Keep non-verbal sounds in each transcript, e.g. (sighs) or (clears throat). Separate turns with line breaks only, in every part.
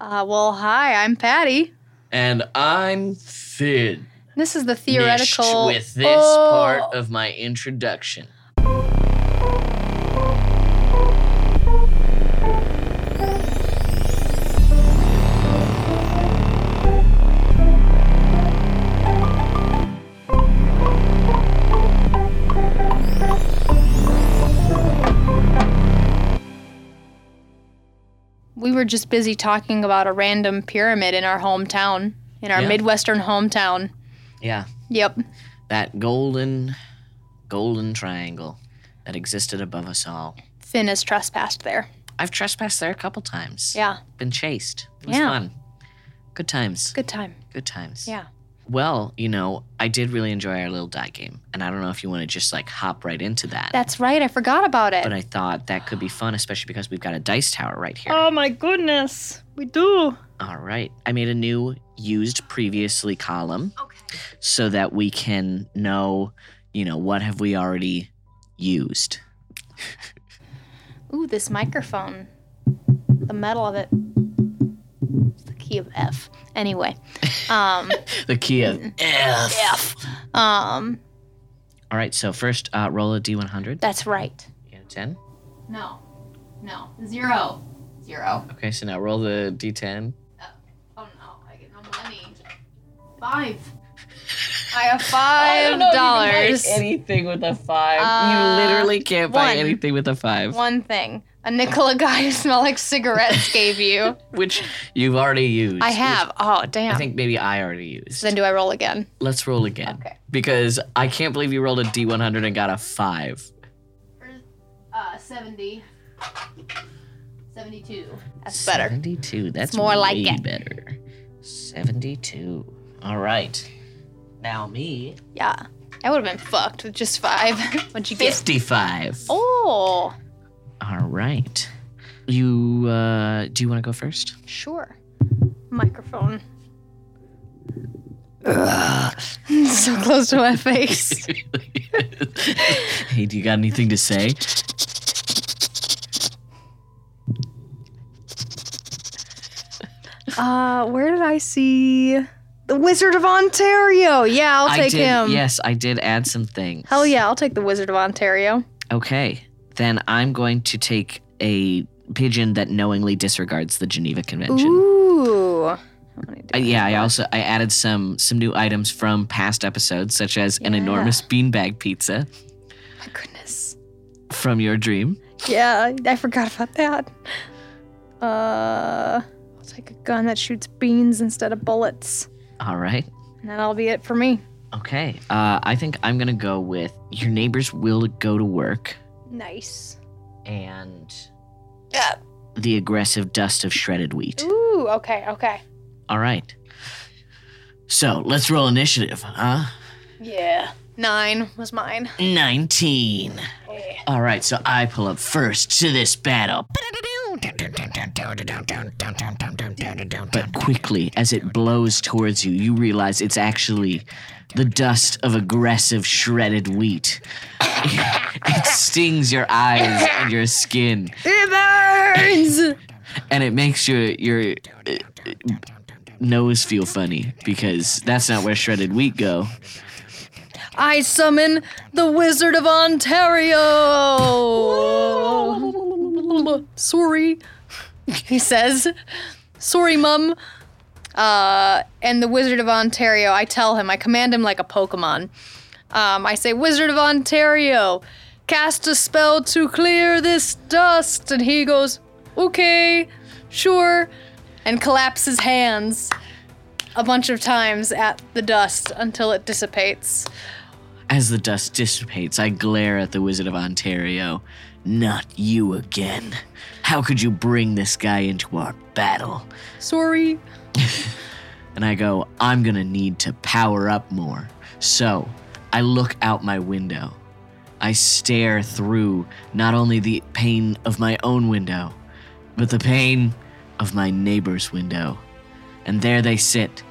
Uh, well, hi, I'm Patty.
And I'm Sid.
This is the theoretical.
With this
Oh.
part of my introduction.
We were just busy talking about a random pyramid in our hometown, in our
Yeah.
Midwestern hometown.
Yeah,
Yep.
that golden, golden triangle that existed above us all.
Finn has trespassed there.
I've trespassed there a couple times.
Yeah.
Been chased. It was
Yeah.
fun. Good times.
Good time.
Good times.
Yeah.
Well, you know, I did really enjoy our little die game. And I don't know if you want to just like hop right into that.
That's right. I forgot about it.
but I thought that could be fun, especially because we've got a dice tower right here.
Oh my goodness. We do.
All right. I made a new used previously column
Okay.
so that we can know, you know, what have we already used.
Ooh, this microphone. The metal of it. It's the key of F. Anyway.
(laughs)
Um
The key of F.
F. Um
All right. So first, uh, roll a d100.
that's right.
Yeah, 10.
No. No. Zero. Zero.
Okay. So now roll the d10.
Oh no, I get no money. Five. (laughs) I have five dollars.
anything with a five.
Uh,
you literally can't buy
one.
anything with a five,
One thing. A Nicola guy who smell like (laughs) cigarettes gave you.
which you've already used.
I
which
have. Oh damn.
I think maybe I already used.
then do I roll again?
Let's roll again.
Okay.
Because I can't believe you rolled a d100 and got a five.
Uh, 70. 72. That's better.
72. That's
more
way
like it.
better. 72. All right. Now me.
Yeah. I would have been fucked with just five. What'd (laughs) you get?
55.
Oh,
All right. You uh do you want to go first?
(laughs) sure.
(laughs)
Microphone. so close to my face.
hey, do you got anything to say?
(laughs) Uh, where did I see the Wizard of Ontario? Yeah, I'll take
did.
him.
Yes, I did add some things.
Hell yeah, I'll take the Wizard of Ontario.
Okay. Then I'm going to take a pigeon that knowingly disregards the Geneva Convention.
Ooh. How many do
Uh,
I
yeah, I
have?
also I added some some new items from past episodes, such as an
Yeah.
enormous beanbag pizza
My goodness.
from your dream.
Yeah, I forgot about that. Uh, I'll take a gun that shoots beans instead of bullets,
All right,
and that'll be it for me.
okay. Uh, I think I'm gonna go with your neighbors will go to work
Nice.
and
Yeah.
the aggressive dust of shredded wheat.
Ooh. Okay. Okay.
All right. So let's roll initiative, huh?
Yeah. Nine was mine.
19.
Hey.
All right, so I pull up first to this battle. But quickly, as it blows towards you, you realize it's actually the dust of aggressive shredded wheat. (laughs) it stings your eyes and your skin,
It
and it makes your your uh, nose feel funny because that's not where shredded wheat go.
I summon the Wizard of Ontario. Sorry, (laughs) he says. Sorry, mum. Uh, and the Wizard of Ontario, I tell him, I command him like a Pokemon. Um, I say, Wizard of Ontario, cast a spell to clear this dust. And he goes, okay, sure, and collapses hands a bunch of times at the dust until it dissipates.
As the dust dissipates, I glare at the Wizard of Ontario. Not you again. How could you bring this guy into our battle?
Sorry.
And I go, I'm gonna need to power up more. So I look out my window. I stare through not only the pane of my own window, but the pane of my neighbor's window. And there they sit.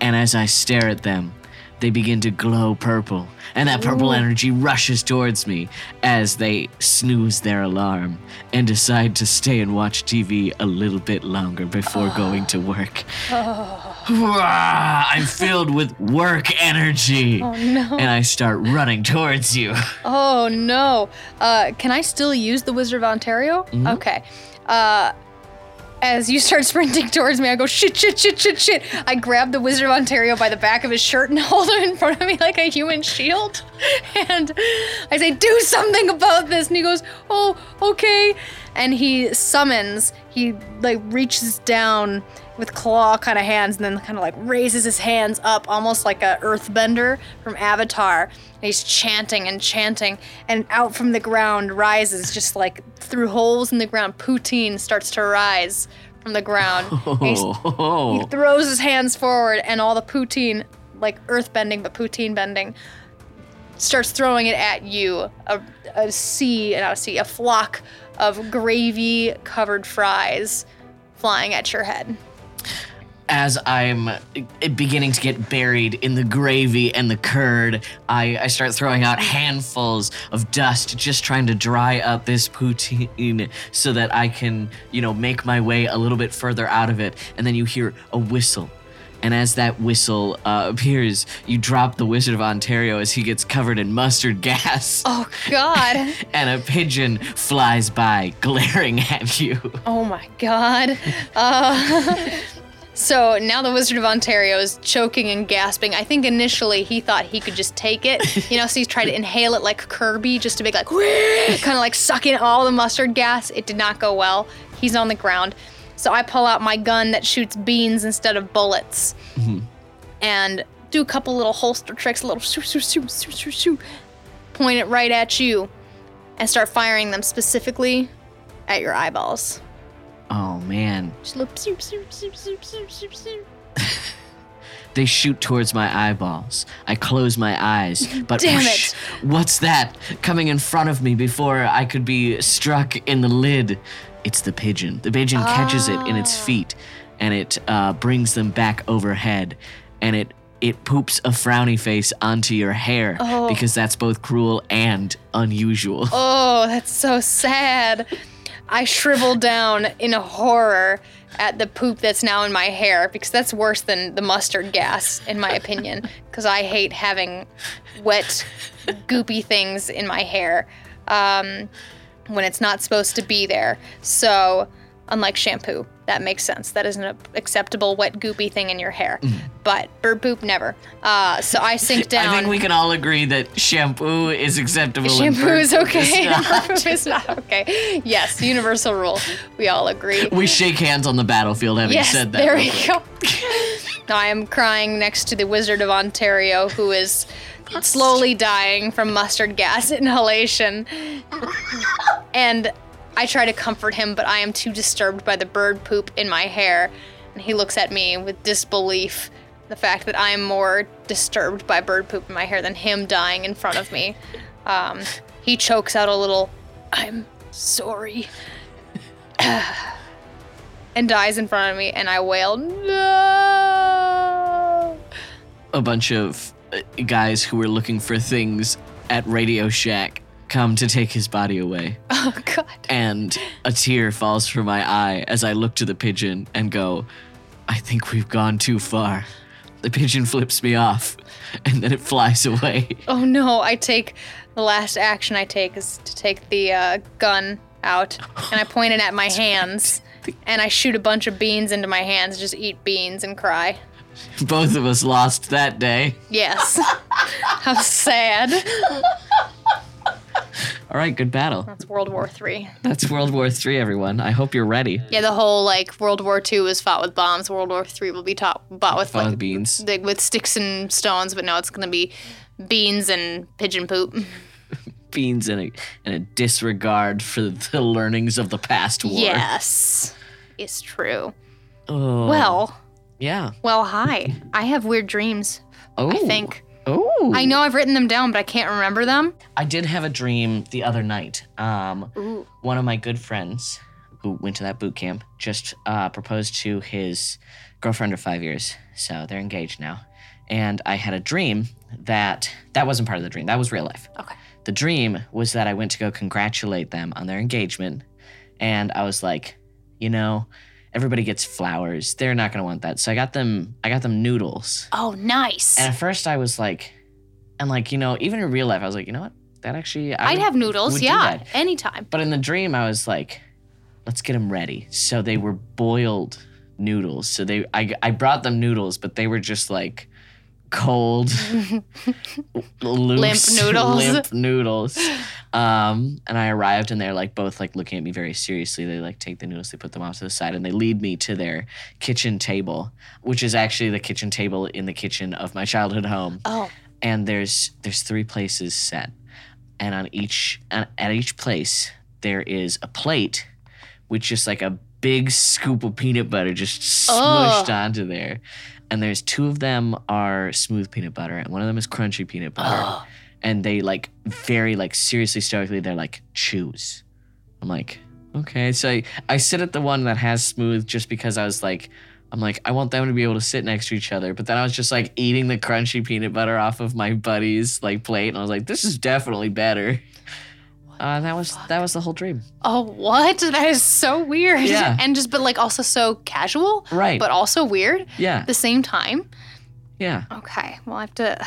And as I stare at them, They begin to glow purple, and that purple
Ooh.
energy rushes towards me as they snooze their alarm and decide to stay and watch TV a little bit longer before going to
(sighs)
work. Wah! I'm filled with work energy.
Oh no.
And I start running towards you.
Oh no. Uh, can I still use the Wizard of Ontario? Okay. Uh, as you start (laughs) sprinting towards me, I go shit, shit, shit, shit, shit. I grab the Wizard of Ontario by the back of his shirt and (laughs) hold him in front of me like a human shield. (laughs) And I say, "Do something about this." And he goes, "Oh, okay." And he summons. He like reaches down with claw kind of hands and then kind of like raises his hands up almost like a earthbender from avatar and he's chanting and chanting and out from the ground rises just like through holes in the ground poutine starts to rise from the ground And he's- he
Oh,
throws his hands forward and all the poutine like earth bending but poutine bending starts throwing it at you a, a sea and i see a flock of gravy covered fries flying at your head
as I'm uh, beginning to get buried in the gravy and the curd, I, I start throwing out handfuls of dust, just trying to dry up this poutine so that I can, you know, make my way a little bit further out of it. And then you hear a whistle. And as that whistle uh, appears, you drop the Wizard of Ontario as he gets covered in mustard gas.
oh god
And a pigeon flies by, glaring at you.
Oh my god. Uh, so now the Wizard of Ontario is choking and gasping. I think initially he thought he could just take it, you know, so he tried to inhale it like Kirby just to make like, kind of like sucking all the mustard gas. It did not go well. He's on the ground. So I pull out my gun that shoots beans instead of bullets and do a couple little holster tricks, a little shoo, shoo, shoo, shoo, shoo, shoo, point it right at you and start firing them specifically at your eyeballs.
Oh man,
Just a little zoop, zoop, zoop, zoop, zoop, zoop, zoop.
They shoot towards my eyeballs. I close my eyes, but
Damn
whoosh, what's that coming in front of me before I could be struck in the lid? It's the pigeon. The pigeon catches it in its
Ah.
feet, and it uh, brings them back overhead, and it it poops a frowny face onto your hair
Oh.
because that's both cruel and unusual.
Oh, that's so sad. I shrivel down in horror at the poop that's now in my hair because that's worse than the mustard gas, in my opinion, because I hate having wet, goopy things in my hair um, when it's not supposed to be there. So, unlike shampoo, that makes sense. That isn't an acceptable wet, goopy thing in your hair. But bird poop, never. Uh, so I sink down.
I think we can all agree that shampoo is acceptable. and
Shampoo is
bird poop is
okay. (laughs)
not.
Shampoo is not okay. Yes, universal rule. We all agree.
(laughs) We shake hands on the battlefield having
Yes,
said that.
there
real
we
quick.
go. now (laughs) I am crying next to the Wizard of Ontario, who is slowly dying from mustard gas (laughs) inhalation. and I try to comfort him, but I am too disturbed by the bird poop in my hair. And he looks at me with disbelief. The fact that I am more disturbed by bird poop in my hair than him dying in front of me. Um, he chokes out a little, I'm sorry and dies in front of me, and I wail, no. (laughs)
a bunch of uh, guys who were looking for things at Radio Shack come to take his
(laughs)
body away.
Oh, God.
And a tear falls from my eye as I look to the pigeon and go, I think we've gone too far. The pigeon flips me off (laughs) and then it flies away. (laughs)
Oh, no. I take the last action I take is to take the uh, gun out, and I point it at my hands, and I shoot a bunch of beans into my hands, just eat beans and cry.
Both of us lost that day.
Yes. (laughs) How sad.
All right, good battle.
That's World War Three.
That's World War III, everyone. I hope you're ready.
Yeah, the whole like World War Two was fought with bombs. World War Three will be taught fought with
Fun
like
beans.
like with sticks and stones, but no, it's gonna be beans and pigeon poop. (laughs)
Beans and a, and a disregard for the learnings of the past war.
Yes, it's true.
Oh,
Well,
yeah.
well,
(laughs)
hi. I have weird dreams.
Oh,
I think
Oh.
I know I've written them down, but I can't remember them.
I did have a dream the other night. Um,
Ooh.
one of my good friends who went to that boot camp, just uh, proposed to his girlfriend of five years. So they're engaged now. And I had a dream that that wasn't part of the dream. That was real life.
Okay.
The dream was that I went to go congratulate them on their engagement. And I was like, you know, everybody gets flowers. They're not going to want that. So I got them I got them noodles.
Oh, nice.
And at first, I was like, and like you know, even in real life, I was like, you know what? That actually, I
I'd
would-
have noodles,
would do
yeah,
that.
anytime.
But in the dream, I was like, let's get them ready. So they were boiled noodles. So they, I, I brought them noodles, but they were just like
(laughs)
cold, loose,
noodles.
limp noodles. Um, and I arrived, and they're like both like looking at me very seriously. They like take the noodles, they put them off to the side, and they lead me to their kitchen table, which is actually the kitchen table in the kitchen of my childhood home
oh,
and there's there's three places set and on each at at each place there is a plate with just like a big scoop of peanut butter just smushed
Ugh.
onto there and there's two of them are smooth peanut butter and one of them is crunchy peanut butter and they like very like seriously stoically they're like choose i'm like okay so I, I sit at the one that has smooth just because i was like i'm like i want them to be able to sit next to each other but then i was just like eating the crunchy peanut butter off of my buddy's like plate and i was like this is definitely better (laughs) uh, and that was that was the whole dream
oh, what? (laughs) That is so weird.
Yeah.
And just, but like also so casual,
right
but also weird
yeah
at the same time.
yeah
Okay, well, I have to. (sighs)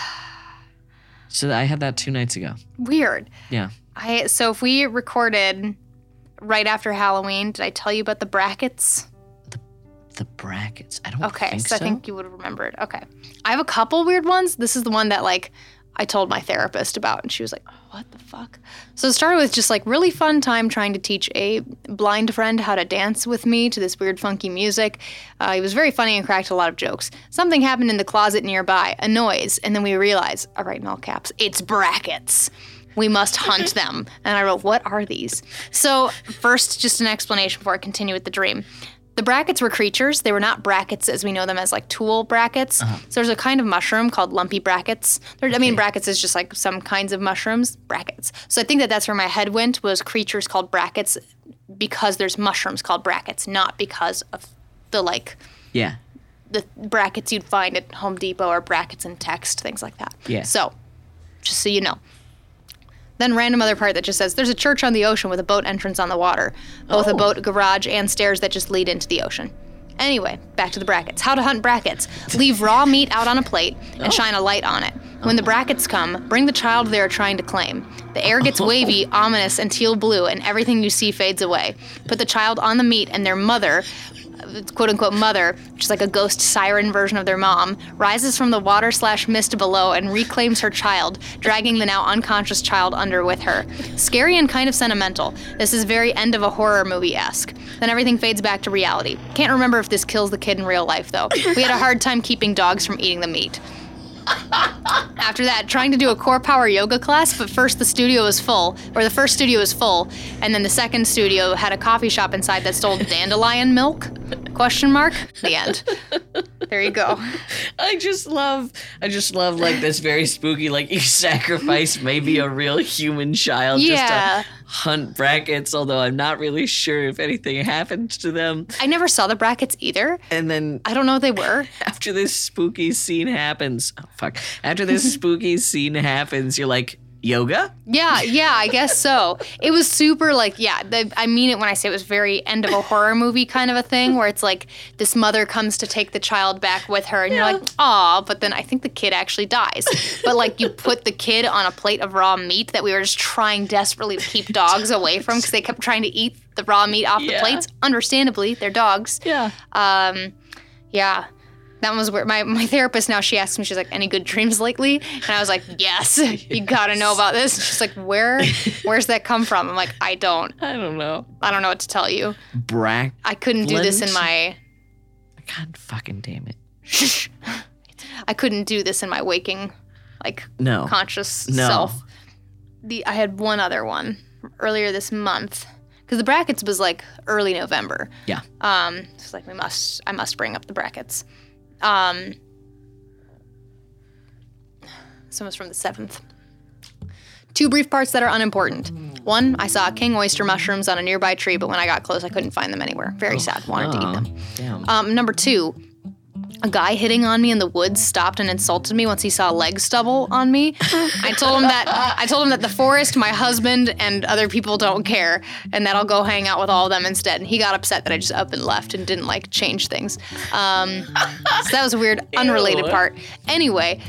so i had that two nights ago
Weird.
Yeah.
I so if we recorded right after Halloween, did I tell you about the brackets?
the brackets i don't
Okay,
think
so,
so,
I think you would have remembered. Okay. I have a couple weird ones. This is the one that like I told my therapist about and she was like, "Oh, "What the fuck?" So it started with just like really fun time trying to teach a blind friend how to dance with me to this weird funky music. Uh, he was very funny and cracked a lot of jokes. Something happened in the closet nearby, a noise, and then we realized, all right, in all caps, it's brackets. We must hunt them. And I wrote, What are these? So, first, just an explanation before I continue with the dream. The brackets were creatures. They were not brackets as we know them as like tool brackets. So, there's a kind of mushroom called lumpy brackets. There, I mean, brackets is just like some kinds of mushrooms, brackets. So, I think that that's where my head went was creatures called brackets because there's mushrooms called brackets, not because of the like
yeah
the brackets you'd find at Home Depot or brackets and text, things like that.
Yeah.
So, just so you know. Then random other part that just says there's a church on the ocean with a boat entrance on the water, both a
Oh.
boat garage and stairs that just lead into the ocean. Anyway, back to the brackets. How to hunt brackets. Leave raw meat out on a plate and
Oh.
shine a light on it. When the brackets come, bring the child they are trying to claim. The air
(laughs) Oh.
gets wavy, ominous, and teal blue, and everything you see fades away. Put the child on the meat, and their mother, quote unquote mother, which is like a ghost siren version of their mom, rises from the water slash mist below and reclaims her child, dragging the now unconscious child under with her. Scary and kind of sentimental. This is very end of a horror movie esque. Then everything fades back to reality. Can't remember if this kills the kid in real life though. We had a hard time keeping dogs from eating the meat. After that, trying to do a core power yoga class, but first the studio was full, or the first studio was full, and then the second studio had a coffee shop inside that sold dandelion milk? Question mark. The end. There you go.
I just love, I just love like this very spooky, like you sacrifice maybe a real human child
Yeah.
just to hunt brackets, although I'm not really sure if anything happened to them.
I never saw the brackets either.
And then
I don't know what they were.
after this spooky scene happens, oh fuck,
(laughs)
after this spooky scene happens, you're like, yoga?
Yeah, yeah, I guess so. It was super like, yeah, the, I mean it when I say it was very end of a horror movie kind of a thing where it's like this mother comes to take the child back with her and you're like, "Aw," but then I think the kid actually dies. But like you put the kid on a plate of raw meat that we were just trying desperately to keep dogs away from cuz they kept trying to eat the raw meat off the
Yeah.
plates. Understandably, they're dogs.
Yeah.
Um, yeah. That was where my, my therapist now she asked me, she's like, any good dreams lately? And I was like, Yes, (laughs) you gotta know about this. She's like, Where where's that come from? I'm like, I don't
I don't know.
I don't know what to tell you.
Brack.
I couldn't do this in my
God fucking damn it.
shh. (laughs) I couldn't do this in my waking like
No.
conscious
No.
self. The I had one other one earlier this month because the brackets was like early November.
Yeah.
Um, so it's like we must I must bring up the brackets. Um, this one was from the seventh. Two brief parts that are unimportant. One, I saw king oyster mushrooms on a nearby tree, but when I got close, I couldn't find them anywhere.
Oh,
Very sad. Wanted to eat them.
Damn.
Um, number two, a guy hitting on me in the woods stopped and insulted me once he saw leg stubble on me. I told him that I told him that the forest, my husband, and other people don't care, and that I'll go hang out with all of them instead. And he got upset that I just up and left and didn't like change things. Um, so that was a weird, unrelated
Ew.
part. Anyway,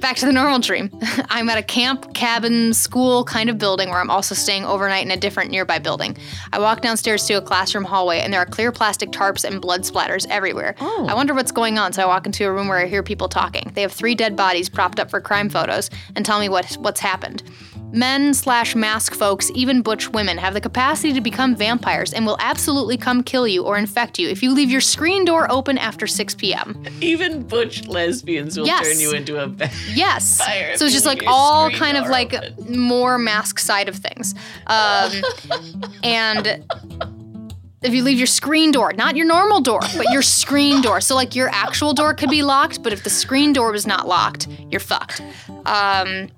back to the normal dream. (laughs) I'm at a camp, cabin, school kind of building where I'm also staying overnight in a different nearby building. I walk downstairs to a classroom hallway and there are clear plastic tarps and blood splatters everywhere. I wonder what's going on, so I walk into a room where I hear people talking. They have three dead bodies propped up for crime photos and tell me what what's happened. Men slash mask folks, even butch women, have the capacity to become vampires and will absolutely come kill you or infect you if you leave your screen door open after 6 p.m.
Even butch lesbians will
Yes.
turn you into a.
Yes.
Fire
so it's just like
being
all
screened
kind of
or
like more mask side of things. Um, and if you leave your screen door, not your normal door, but your screen door. So like your actual door could be locked, but if the screen door was not locked, you're fucked. Um,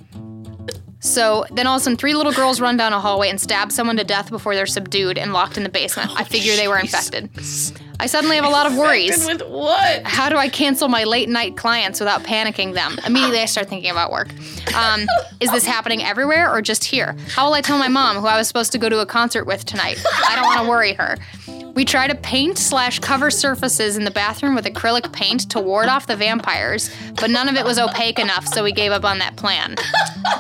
so then all of a sudden, three little girls run down a hallway and stab someone to death before they're subdued and locked in the basement. I figure they were infected. I suddenly have a lot of worries.
Infected (laughs) with what?
How do I cancel my late night clients without panicking them? Immediately, I start thinking about work. Um, is this happening everywhere or just here? How will I tell my mom, who I was supposed to go to a concert with tonight? I don't want to worry her. We try to paint slash cover surfaces in the bathroom with acrylic paint to ward off the vampires, but none of it was opaque enough, so we gave up on that plan.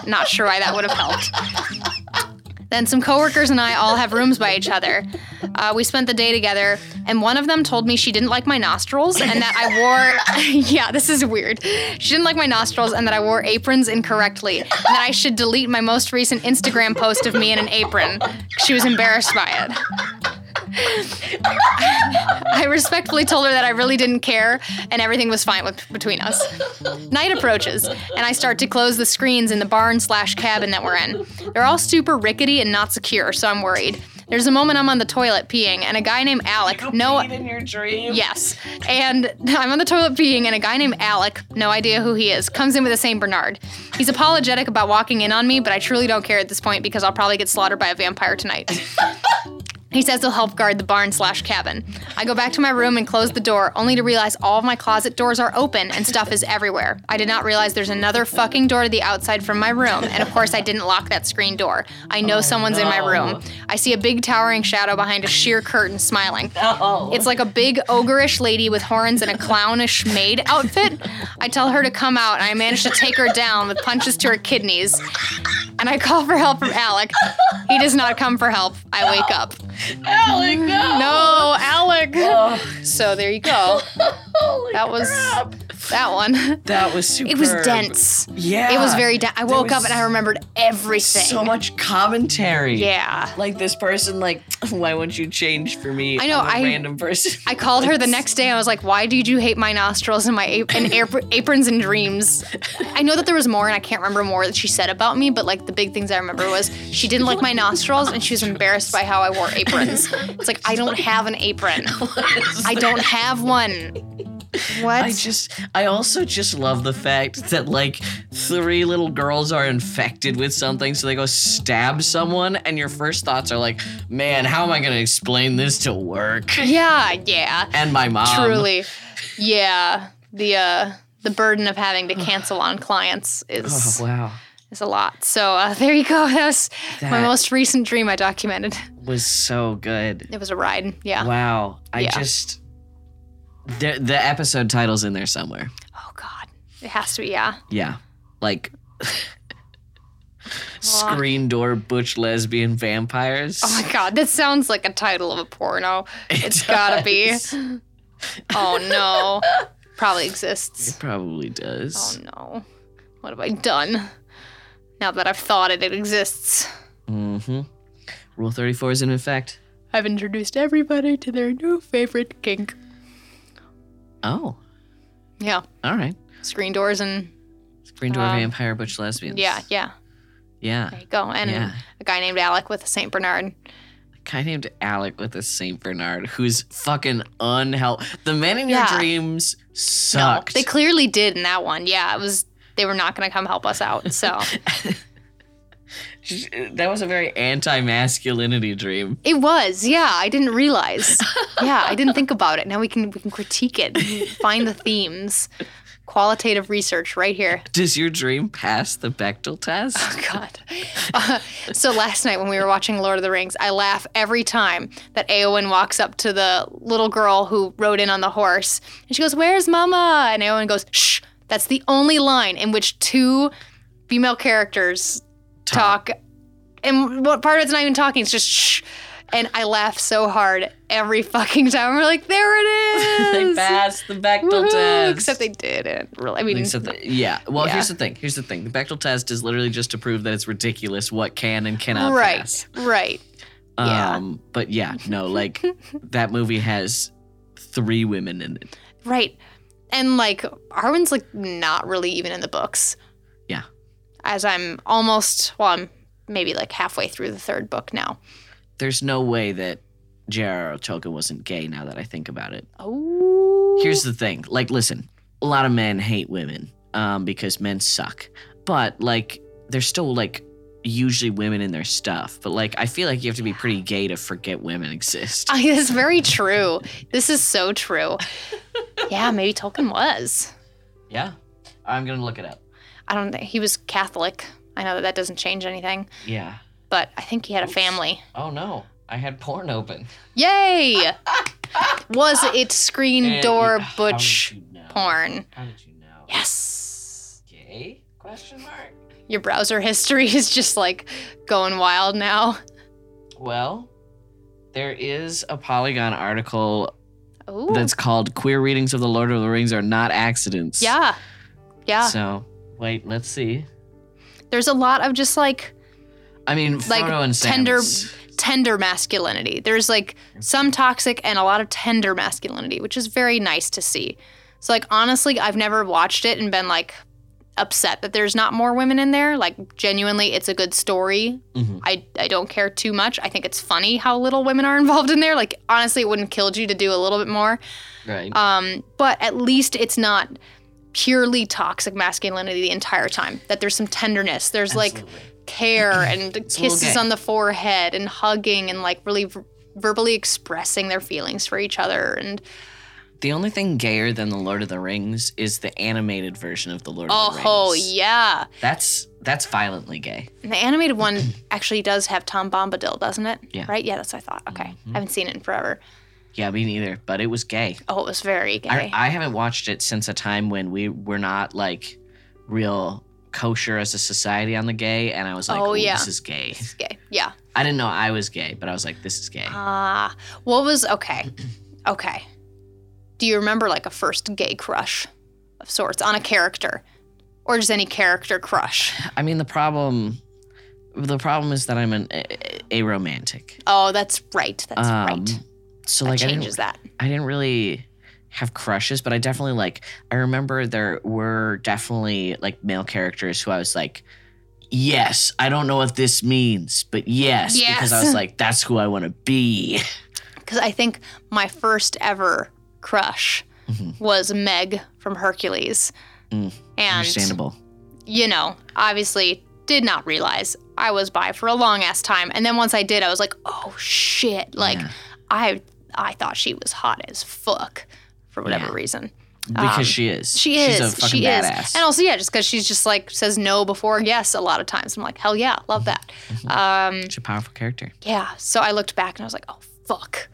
Not sure why that would have helped. Then some coworkers and I all have rooms by each other. Uh, we spent the day together, and one of them told me she didn't like my nostrils and that I wore. (laughs) yeah, this is weird. She didn't like my nostrils and that I wore aprons incorrectly, and that I should delete my most recent Instagram post of me in an apron. She was embarrassed by it. I respectfully told her that I really didn't care and everything was fine with, between us. Night approaches, and I start to close the screens in the barn slash cabin that we're in. They're all super rickety and not secure, so I'm worried. There's a moment I'm on the toilet peeing, and a guy named Alec, no,
Eat in your dream.
Yes. And (laughs) I'm on the toilet peeing, and a guy named Alec, no idea who he is, comes in with a St. Bernard. He's apologetic about walking in on me, but I truly don't care at this point because I'll probably get slaughtered by a vampire tonight. He says he'll help guard the barn slash cabin. I go back to my room and close the door, only to realize all of my closet doors are open and stuff is everywhere. I did not realize there's another fucking door to the outside from my room, and of course I didn't lock that screen door. I know someone's in my room. I see a big towering shadow behind a sheer curtain smiling.
Oh.
It's like a big ogreish lady with horns and a clownish maid outfit. I tell her to come out, and I manage to take her down with punches to her kidneys. And I call for help from Alec. He does not come for help. I wake up.
Alec, no.
No, Alec. So there you go.
Holy
That was
crap.
that one.
That was super.
It was dense.
Yeah.
It was very dense. I
There
woke up
was
and I remembered everything.
So much commentary.
Yeah.
Like this person, like, why won't you change for me?
I know,
I'm a
I-
random person. (laughs)
I called her the next day. and I was like, "Why did you hate my nostrils and my ap-
(laughs)
and ap- aprons and dreams?" I know that there was more, and I can't remember more that she said about me. But like the big things I remember was she didn't like my nostrils, and she was embarrassed by how I wore aprons. It's like I don't have an
(laughs)
apron. I don't have one. What?
I just, I also just love the fact that like three little girls are infected with something, so they go stab someone, and your first thoughts are like, man, how am I gonna explain this to work (laughs)
yeah, yeah.
and my mom?
Truly, yeah. The uh, the burden of having to cancel on clients
Oh,
is
wow,
is a lot. So uh, there you go. That's my
That-
most recent dream I documented.
was so good.
It was a ride. Yeah.
Wow, I
Yeah.
just. The, the episode title's in there somewhere.
Oh God. It has to be. Yeah.
Yeah. Like (laughs) screen door butch lesbian vampires.
Oh my God. That sounds like a title of a porno.
(laughs) It
It's gotta be.
does.
Oh
(laughs)
no. Probably exists.
It probably
Oh
does.
no. What have I done? Now that I've thought it, it exists.
Mm-hmm. Rule 34 is in effect.
I've introduced everybody to their new favorite kink.
Oh,
Yeah.
all right.
Screen doors and
Screen door
Um,
vampire butch lesbians.
yeah, yeah.
Yeah.
There you go. And
Yeah.
a guy named Alec with a Saint Bernard.
A guy named Alec with a St. Bernard who's fucking unhelp. The men in
Yeah.
your dreams
No,
sucked.
they clearly
(laughs)
did in that one. Yeah, it was. They were not going to come help us out. So
That was a very anti masculinity dream.
It was, yeah. I didn't realize. yeah, I didn't think about it. Now we can we can critique it, and find the themes, qualitative research right here. (laughs)
Does your dream pass the Bechtel test?
Oh, God. Uh, so last night when we were watching Lord of the Rings, I laugh every time that Eowyn walks up to the little girl who rode in on the horse, and she goes, "Where's Mama?" And Eowyn goes, "Shh." That's the only line in which two female characters talk, and what part of it's not even talking; it's just shh. And I laugh so hard every fucking time. We're like, there it
(laughs) They
is.
passed the Bechtel
Woohoo!
test.
Except they didn't. Really, I mean,
Except that- yeah. Well,
Yeah.
here's the thing. Here's the thing. The Bechtel test is literally just to prove that it's ridiculous what can and cannot
right,
pass.
right. Yeah.
Um, but yeah,
(laughs)
no, like that movie has three women in it.
Right. And like Arwen's like not really even in the books.
Yeah.
As I'm almost well, I'm maybe like halfway through the third book now.
There's no way that J.R.R. Tolkien wasn't gay. Now that I think about it,
Oh
here's the thing. Like, listen, a lot of men hate women um, because men suck. But like, there's still like usually women in their stuff. But like, I feel like you have to be pretty gay to forget women exist.
I, (laughs) it's very true. This is so true. (laughs) yeah, maybe Tolkien was.
yeah, I'm gonna look it up.
I don't think he was Catholic. I know that that doesn't change anything,
Yeah.
but I think he had a family.
Oh no, I had porn open.
Yay! (laughs) was it screen
And-
door
How
butch
did you know?
porn?
How did you know?
Yes.
Gay? Question mark.
your browser history is just like going wild now.
Well, there is a Polygon article
Oh,
that's called "Queer Readings of the Lord of the Rings Are Not Accidents."
yeah, yeah.
So wait, let's see.
There's a lot of just like
I mean,
Like,
Frodo and
tender-
Sam's-
tender masculinity. There's like some toxic and a lot of tender masculinity, which is very nice to see. So like honestly, I've never watched it and been like upset that there's not more women in there. Like genuinely, it's a good story.
Mhm.
I I don't care too much. I think it's funny how little women are (laughs) involved in there. Like honestly, it wouldn't killed you to do a little bit more.
Right.
Um, but at least it's not purely toxic masculinity the entire time. That there's some tenderness. There's like
(clears throat)
care and
a little
kisses
gay.
on the forehead and hugging and like really ver- verbally expressing their feelings for each other. And
the only thing gayer than the Lord of the Rings is the animated version of the Lord of the Rings.
oh yeah,
That's that's violently gay.
and the animated one
(clears throat)
actually does have Tom Bombadil, doesn't it?
Yeah. Mm-hmm.
Right. Yeah, that's what I thought. Okay, I haven't seen it in forever.
Yeah, me neither. But it was gay.
Oh, it was very gay.
I, I haven't watched it since a time when we were not like real kosher as a society on the gay, and I was like,
Oh,
"Ooh,
yeah.
this is gay.
It's gay. Yeah.
I didn't know I was gay, but I was like, this is gay.
Ah, what was
(clears throat)
okay? Okay. Do you remember like a first gay crush of sorts on a character, or just any character crush?
I mean, the problem, the problem is that I'm an a, a romantic.
Oh, that's right. That's right. That
So Um, like, I
changes
didn't,
that.
I didn't really have crushes, but I definitely like. I remember there were definitely like male characters who I was like. Yes, I don't know what this means, but yes, because I
Yes.
was like, that's who I want to be.
Because I think my first ever crush
Mhm.
was Meg from Hercules,
Mm,
and
Understandable.
you know, obviously did not realize I was bi for a long ass time. And then once I did, I was like, oh shit. Like
Yeah.
I I thought she was hot as fuck for whatever
Yeah.
reason.
Because
um,
she is.
She is.
She's a fucking
she
badass.
is. And also, yeah, just because she's just like says no before yes a lot of times. I'm like, hell yeah, love that.
Mm-hmm.
Um,
She's a powerful character.
yeah. So I looked back and I was like, oh fuck.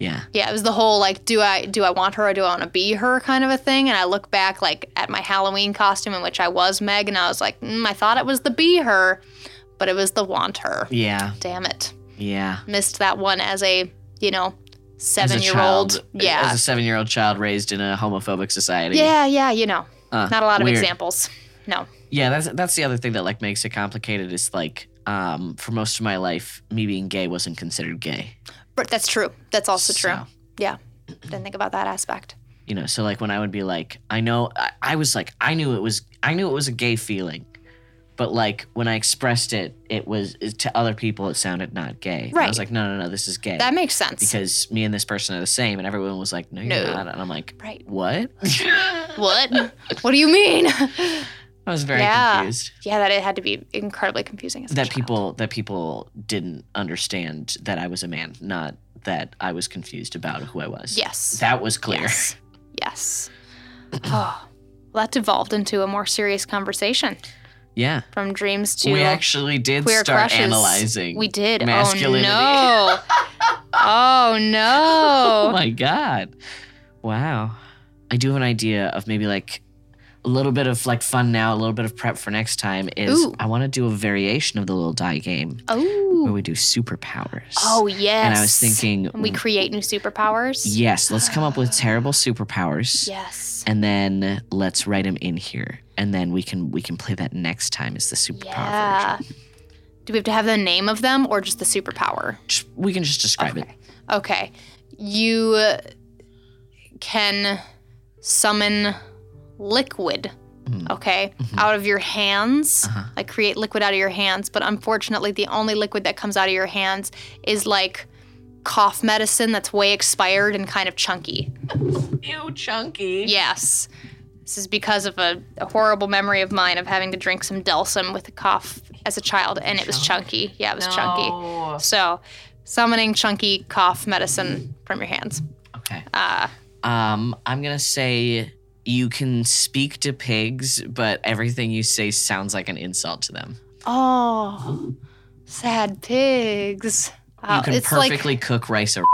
Yeah.
Yeah, it was the whole like, do I do I want her or do I want to be her kind of a thing. And I look back like at my Halloween costume in which I was Meg, and I was like, mm, I thought it was the be her, but it was the want her.
Yeah.
Damn it,
Yeah.
missed that one as a you know
As a
seven year old.
child-
Yeah,
As a seven year old child raised in a homophobic society.
yeah, yeah. You know,
Uh,
not a lot of
weird.
examples. No.
Yeah, that's that's the other thing that like makes it complicated is like um for most of my life, me being gay wasn't considered gay.
But that's true. That's also true.
So,
Yeah. Didn't think about that aspect.
you know, so like when I would be like, I know I, I was like, I knew it was I knew it was a gay feeling. But like when I expressed it, it was to other people it sounded not gay. And I
Right.
was like, no, no, no, this is gay.
That makes sense.
because me and this person are the same, and everyone was like, "No, you're
No. (laughs)
(laughs) not," and I'm like,
right. (laughs)
"What?"
What? what do you mean?
I was very
Yeah.
confused
Yeah, that it had to be incredibly confusing. As a
that
child.
people that people didn't understand that I was a man, not that I was confused about who I was.
Yes.
That was clear.
Yes.
(clears throat)
Yes. oh, well, that devolved into a more serious conversation
(laughs) Yeah.
from dreams to
we actually did
queer
start
crushes.
analyzing.
We did.
masculinity. (laughs)
Oh no. oh
Oh
no.
my god. Wow. I do have an idea of maybe like a little bit of like fun now, a little bit of prep for next time is
Ooh.
I want to do a variation of the little die game where
Oh.
we do superpowers.
Oh yes.
And I was thinking
And we create new superpowers.
Yes, let's come up with terrible superpowers.
Yes.
and then let's write them in here and then we can we can play that next time as the superpower
Yeah.
version
Do we have to have the name of them or just the superpower?
Just- we can just describe it
Okay. You uh, can summon liquid,
Mm.
okay,
Mhm.
out of your hands.
Uh-huh.
Like create liquid out of your hands, but unfortunately, the only liquid that comes out of your hands is like cough medicine that's way expired and kind of chunky.
ew chunky
Yes. This is because of a, a horrible memory of mine of having to drink some Delsum with a cough as a child, and it was chunky. Yeah, it was chunky. So, summoning chunky cough medicine from your hands.
okay
Uh,
um i'm gonna say you can speak to pigs but everything you say sounds like an insult to them
oh, sad pigs. Wow,
you can
it's
perfectly cook rice a
like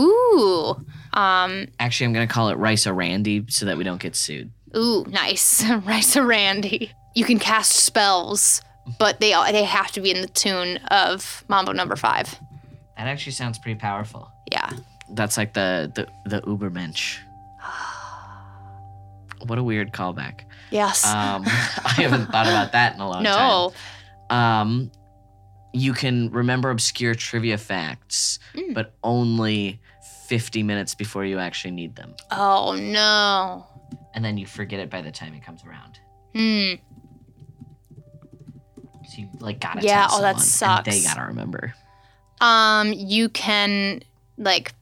ooh, um,
actually i'm gonna call it rice a randy so that we don't get sued
ooh, nice, (laughs) Risa Randy. You can cast spells, but they all- they have to be in the tune of Mambo Number Five.
that actually sounds pretty powerful
Yeah.
that's like the the, the ubermensch what a weird callback
Yes.
Um, (laughs) I haven't thought about that in a long
no.
time. Um, you can remember obscure trivia facts,
Mm.
but only 50 minutes before you actually need them.
Oh no.
And then you forget it by the time it comes around.
Hmm.
So you like gotta
Yeah,
tell
oh, that
someone, and they
sucks.
gotta remember.
Um, you can like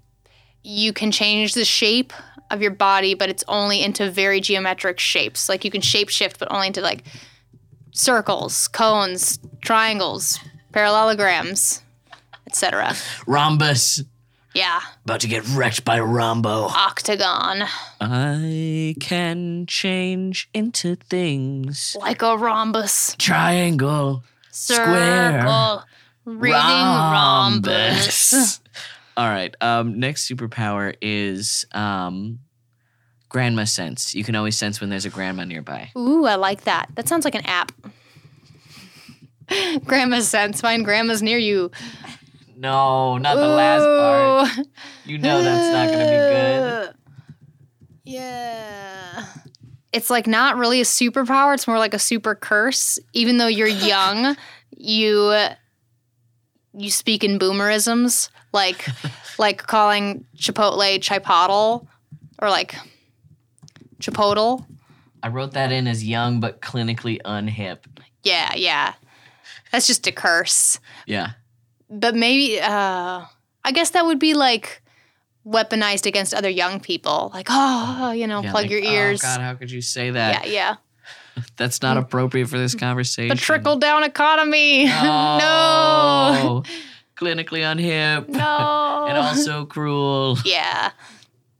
you can change the shape of your body, but it's only into very geometric shapes. Like you can shape shift, but only into like circles, cones, triangles, parallelograms, etc.
Rhombus
Yeah,
about to get wrecked by Rombo.
octagon,
I can change into things.
like a rhombus,
Triangle, Square.
circle, reading rhombus.
(laughs) All right. Um, next superpower is um, grandma sense. You can always sense when there's a grandma nearby.
Ooh, I like that. That sounds like an app. (laughs) Grandma's sense. Find grandma's near you.
No, not
Ooh.
You
Yeah. It's like not really a superpower. It's more like a super curse. Even though you're young, you you speak in boomerisms, like like calling Chipotle Chipotle, or like Chipotle.
I wrote that in as young but clinically unhip.
Yeah, yeah. That's just a curse.
Yeah.
but maybe uh I guess that would be like weaponized against other young people. Like, oh, you know,
Yeah,
plug
like,
your ears.
Oh God, how could you say
yeah,
that?
yeah.
That's not appropriate for this conversation.
The
(laughs)
trickle down economy. (laughs) no.
No. Clinically
(laughs)
unhip
No.
Oh. and also cruel.
yeah.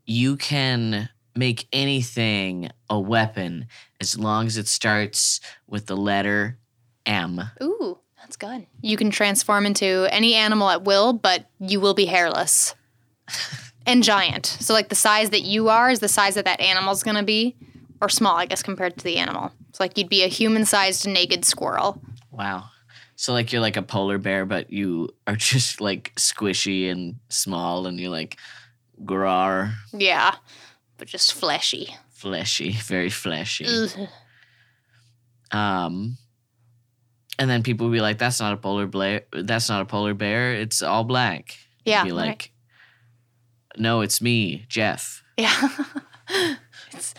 you can make anything a weapon as long as it starts with the letter M.
Ooh, that's good. You can transform into any animal at will, but you will be
(laughs)
hairless. and giant. So like the size that you are is the size that that animal's going to be or small, I guess compared to the animal. It's like you'd be a human-sized naked squirrel.
Wow. So like you're like a polar bear, but you are (laughs) just like squishy and small, and you're like grar,
Yeah, but just fleshy.
fleshy, (laughs) very fleshy.
Ugh.
Um, and then people will be like, "That's not a polar bear. That's not a polar bear. It's all black." You'd
Yeah.
Be
right.
like, "No, it's me, Jeff.
Yeah. (laughs) it's,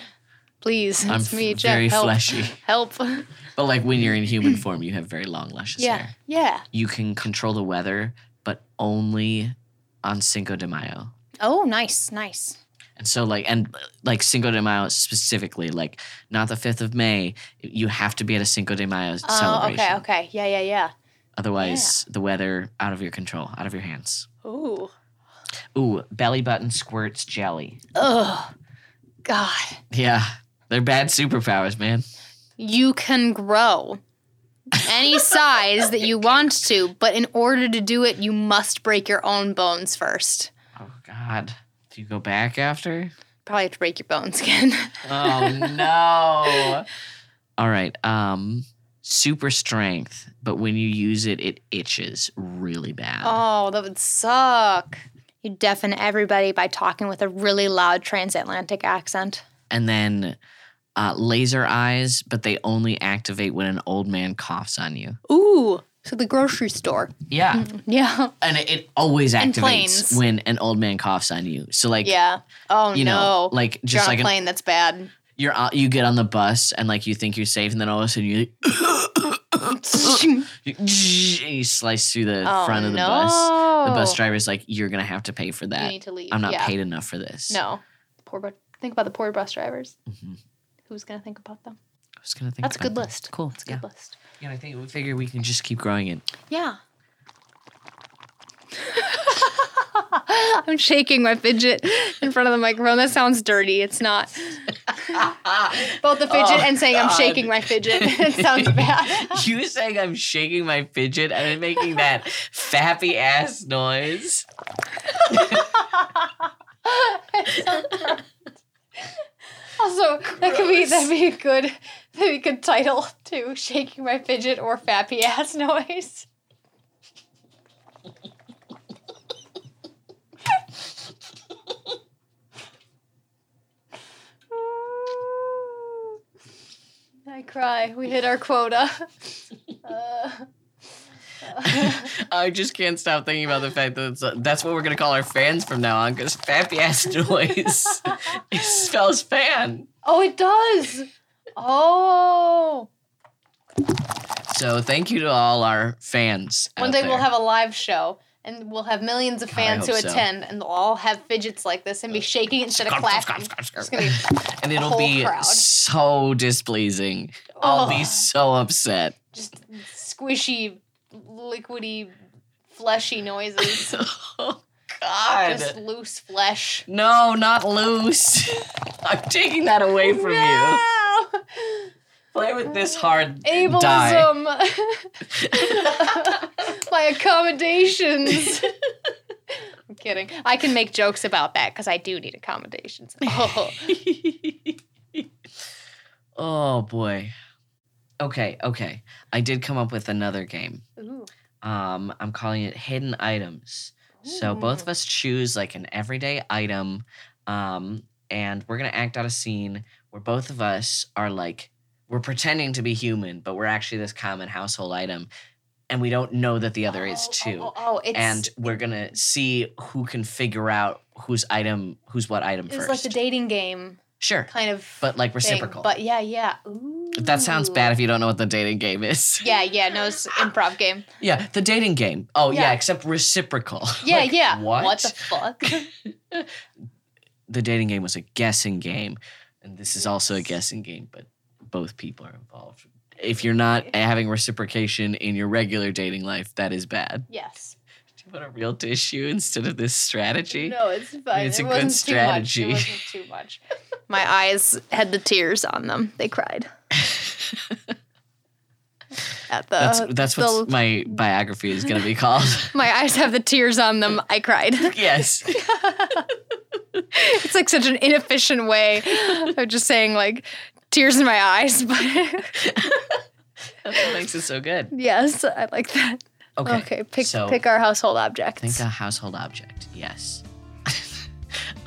please,
I'm
it's me, Jeff.
very
help.
fleshy."
Help.
But like when you're
(clears throat)
in human form, you have very long
(laughs)
luscious
yeah.
hair.
Yeah.
You can control the weather, but only on Cinco de Mayo.
Oh, nice, nice.
And so like and like Cinco de Mayo specifically, like not the fifth of May. You have to be at a Cinco de Mayo
Oh,
celebration.
okay, okay. Yeah, yeah, yeah.
Otherwise, the weather out of your control, out of your hands.
Ooh.
Ooh, belly button squirts jelly.
Ugh. God.
Yeah, they're bad superpowers, man.
You can grow
(laughs)
any size that you want to, but in order to do it, you must break your own bones first.
Oh God, do you go back after?
Probably have to break your bones (laughs) again.
Oh no. All right. Um, super strength, but when you use it, it itches really bad.
oh, that would suck. You deafen everybody by talking with a really loud transatlantic accent.
and then uh, laser eyes, but they only activate when an old man coughs on you.
Ooh. So the grocery store.
Yeah,
(laughs) Yeah.
and it, it always
Mm-hmm. And
activates
planes.
when an old man coughs on you. So like,
Yeah. Oh
you
no.
know, like
You're
just
on
like
a
an,
plane that's
(laughs)
bad. (laughs)
you're on, you get on the bus and like you think you're safe, and then all of a sudden you (clears throat) you, (clears throat) you slice through the
oh,
front of the
no.
bus. The bus driver's like, "You're gonna have to pay for
You
that.
need to leave.
I'm not
yeah.
paid enough for this."
No. Poor bu- think about the poor bus drivers.
Mhm.
Who's gonna think about them?
I was gonna think
That's a
about
good
that.
list.
Cool.
That's a good list.
yeah. And I think we figure we can just keep growing it. (laughs)
Yeah. I'm shaking my fidget in front of the microphone. That sounds dirty. It's not. Both the fidget
Oh,
and saying I'm
God.
shaking my fidget. (laughs) (laughs) it sounds bad. (laughs)
(laughs) you saying I'm shaking my fidget and then making that fappy
(laughs)
ass noise.
Also, that could be that'd be a good that'd be a good title to shaking my fidget or fappy ass (laughs) noise. I cry. We hit our quota. (laughs) Uh,
I just can't stop thinking about the fact that it's, that's what we're gonna call our fans from now on because fappy ass (laughs) noise it spells fan.
oh, it does. Oh.
So thank you to all our fans.
One
out
day we'll
there.
have a live show and we'll have millions of
I
fans who
hope so. Uh,
attend and they'll all have fidgets like this and be shaking instead of clapping. It's gonna be
(laughs) and it'll
whole
be
crowd.
so displeasing. I'll be
Ugh.
so upset.
oh,
(laughs)
just squishy, liquidy, fleshy
(laughs)
noises.
oh God.
just loose flesh.
No, not loose. (laughs) I'm taking that away from you.
No!
Play with this hard.
(laughs)
and Die. (laughs)
Ableism! (laughs) My accommodations! (laughs) I'm kidding. I can make jokes about that because I do need (laughs) accommodations. Oh.
oh boy. Okay, okay. I did come up with another game.
Ooh.
Um, I'm calling it Hidden Items. So both of us choose like an everyday item, um, and we're gonna act out a scene where both of us are like we're pretending to be human, but we're actually this common household item, and we don't know that the other is
Oh,
too.
Oh, oh, oh, it's,
and we're gonna see who can figure out whose item, who's what item
It was
first.
like the dating game,
sure,
kind of.
but like
thing.
reciprocal.
But yeah, yeah. Ooh.
that sounds bad if you don't know what the dating game is.
Yeah, yeah. No, it's improv game.
Yeah, the dating game. Oh yeah,
Yeah.
except reciprocal. (laughs)
Yeah,
Like,
yeah.
What?
the fuck? (laughs)
the dating game was a guessing game, and this is also a guessing game, but both people are involved. If you're not having reciprocation in your regular dating life, that is bad.
yes.
Do you want a real tissue instead of this strategy?
No, it's fine.
It's
it
a good
wasn't
strategy.
Too much. It wasn't too much. My eyes had the tears on them. They
(laughs)
cried. At the,
That's that's what
Uh, the-
my biography is going to be called.
(laughs)
(laughs)
my eyes have the tears on them. I cried. (laughs)
yes.
It's like such an inefficient way of just saying like tears in my eyes. (laughs) But
That's what makes it so good.
yes, I like that.
Okay.
Okay, pick
so
pick our household objects.
Think a household object. Yes. (laughs)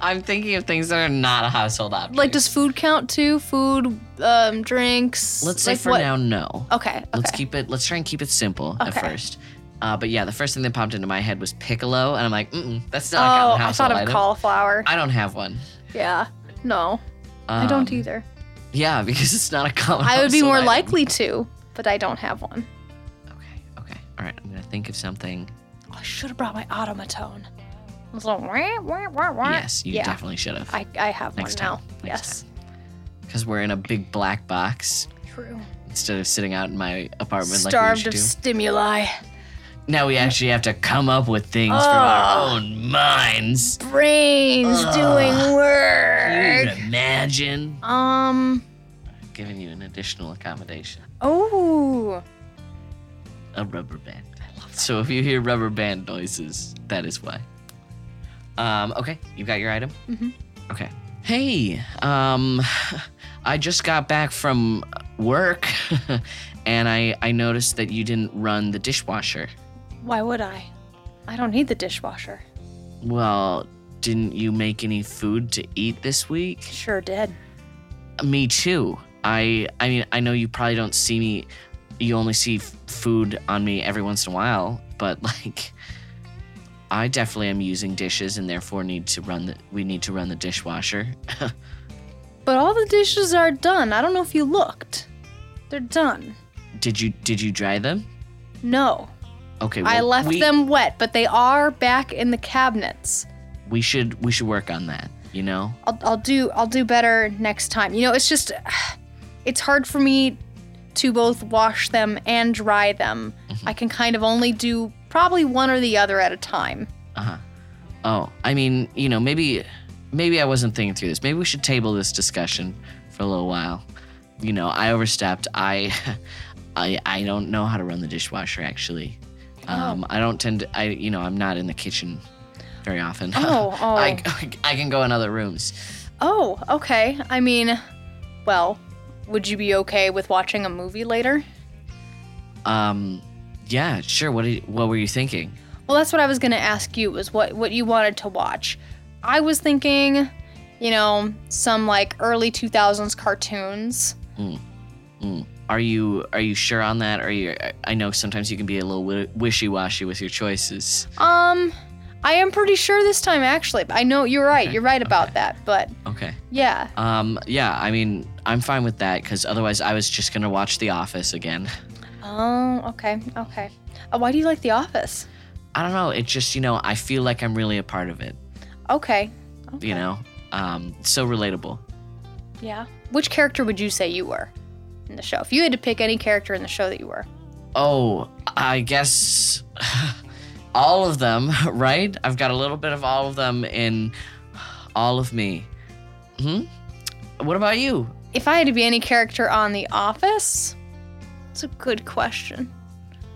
I'm thinking of things that are not a household object.
Like, does food count too? Food, um, drinks.
Let's say
like
for
what-
now, no.
Okay. Okay.
Let's keep it. Let's try and keep it simple at
Okay.
first. Uh, but yeah, the first thing that popped into my head was piccolo, and I'm like, mm, that's not
oh,
a common
I
household
thought of
item.
cauliflower.
I don't have one.
yeah. No, I don't
Um, (laughs)
either.
Yeah, because it's not a common.
I would be
household
more
item.
likely to, but I don't have one.
Okay. Okay. All right. I'm gonna think of something.
Oh, I should have brought my automaton. It's like, wah, wah, wah, wah.
Yes, you
yeah.
definitely should have.
I, I have
Next
one
time.
now. yes.
Next Because we're in a big black box
True.
instead of sitting out in my apartment like we
Starved
used
of
to.
stimuli.
now we actually have to come up with things from our own minds.
Brains doing
Can
work.
you imagine?
Um.
Giving you an additional accommodation.
Oh.
a rubber band. I love So if you hear rubber band noises, that is why. Um, okay, you got your item?
Mhm.
Okay. Hey, um, I just got back from work (laughs) and I, I noticed that you didn't run the dishwasher.
Why would I? I don't need the dishwasher.
Well, didn't you make any food to eat this week?
Sure did.
Me too. I I mean I know you probably don't see me you only see f- food on me every once in a while, but (laughs) like I definitely am using dishes and therefore need to run the we need to run the dishwasher.
But all the dishes are done. I don't know if you looked. They're done.
Did you did you dry them?
No.
Okay,
I
well,
left
we-
them wet, but they are back in the cabinets.
We should we should work on that, you know?
I'll, I'll do I'll do better next time. You know, it's just (sighs) it's hard for me to both wash them and dry them.
Mm-hmm.
I can kind of only do probably one or the other at a time.
Uh-huh. Oh, I mean, you know, maybe maybe I wasn't thinking through this. Maybe we should table this discussion for a little while. You know, I overstepped. I (laughs) I I don't know how to run the dishwasher actually.
Oh.
Um, I don't tend to I you know, I'm not in the kitchen very often.
Oh, oh.
(laughs) (laughs) I I can go in other rooms.
Oh, okay. I mean, well, would you be okay with watching a movie later?
Um yeah, sure. What did, what were you thinking?
Well, that's what I was going to ask you was what what you wanted to watch. I was thinking, you know, some like early 2000s cartoons.
Are you are you sure on that? Or you I know sometimes you can be a little wi- wishy-washy with your choices.
Um I am pretty sure this time actually. I know you're right.
Okay,
You're right about
okay.
that, but
Okay.
yeah.
Um, yeah, I mean, I'm fine with that because otherwise I was just gonna watch The Office again. (laughs)
Oh, okay, okay. Uh, why do you like The Office?
I don't know. It's just you know I feel like I'm really a part of it.
Okay.
You know, um, it's so relatable.
Yeah. Which character would you say you were in the show? If you had to pick any character in the show that you were.
Oh, I guess (laughs) all of them, (laughs) right? I've got a little bit of all of them in all of me. Hmm. What about you?
If I had to be any character on The Office, it's a good question.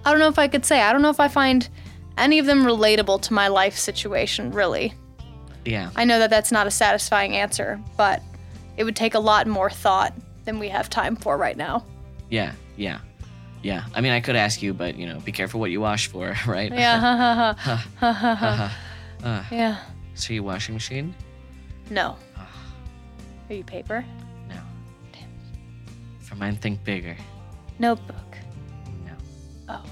I don't know if I could say. I don't know if I find any of them relatable to my life situation, really.
Yeah.
I know that that's not a satisfying answer, but it would take a lot more thought than we have time for right now.
Yeah. Yeah. Yeah. I mean, I could ask you, but you know, be careful what you wash for, (laughs) right?
Yeah, ha ha ha. ha ha.
(laughs) Uh-huh. Uh,
(laughs) Yeah.
so you washing machine?
No. Are you paper?
No. For mine, think bigger.
Notebook.
No.
Oh.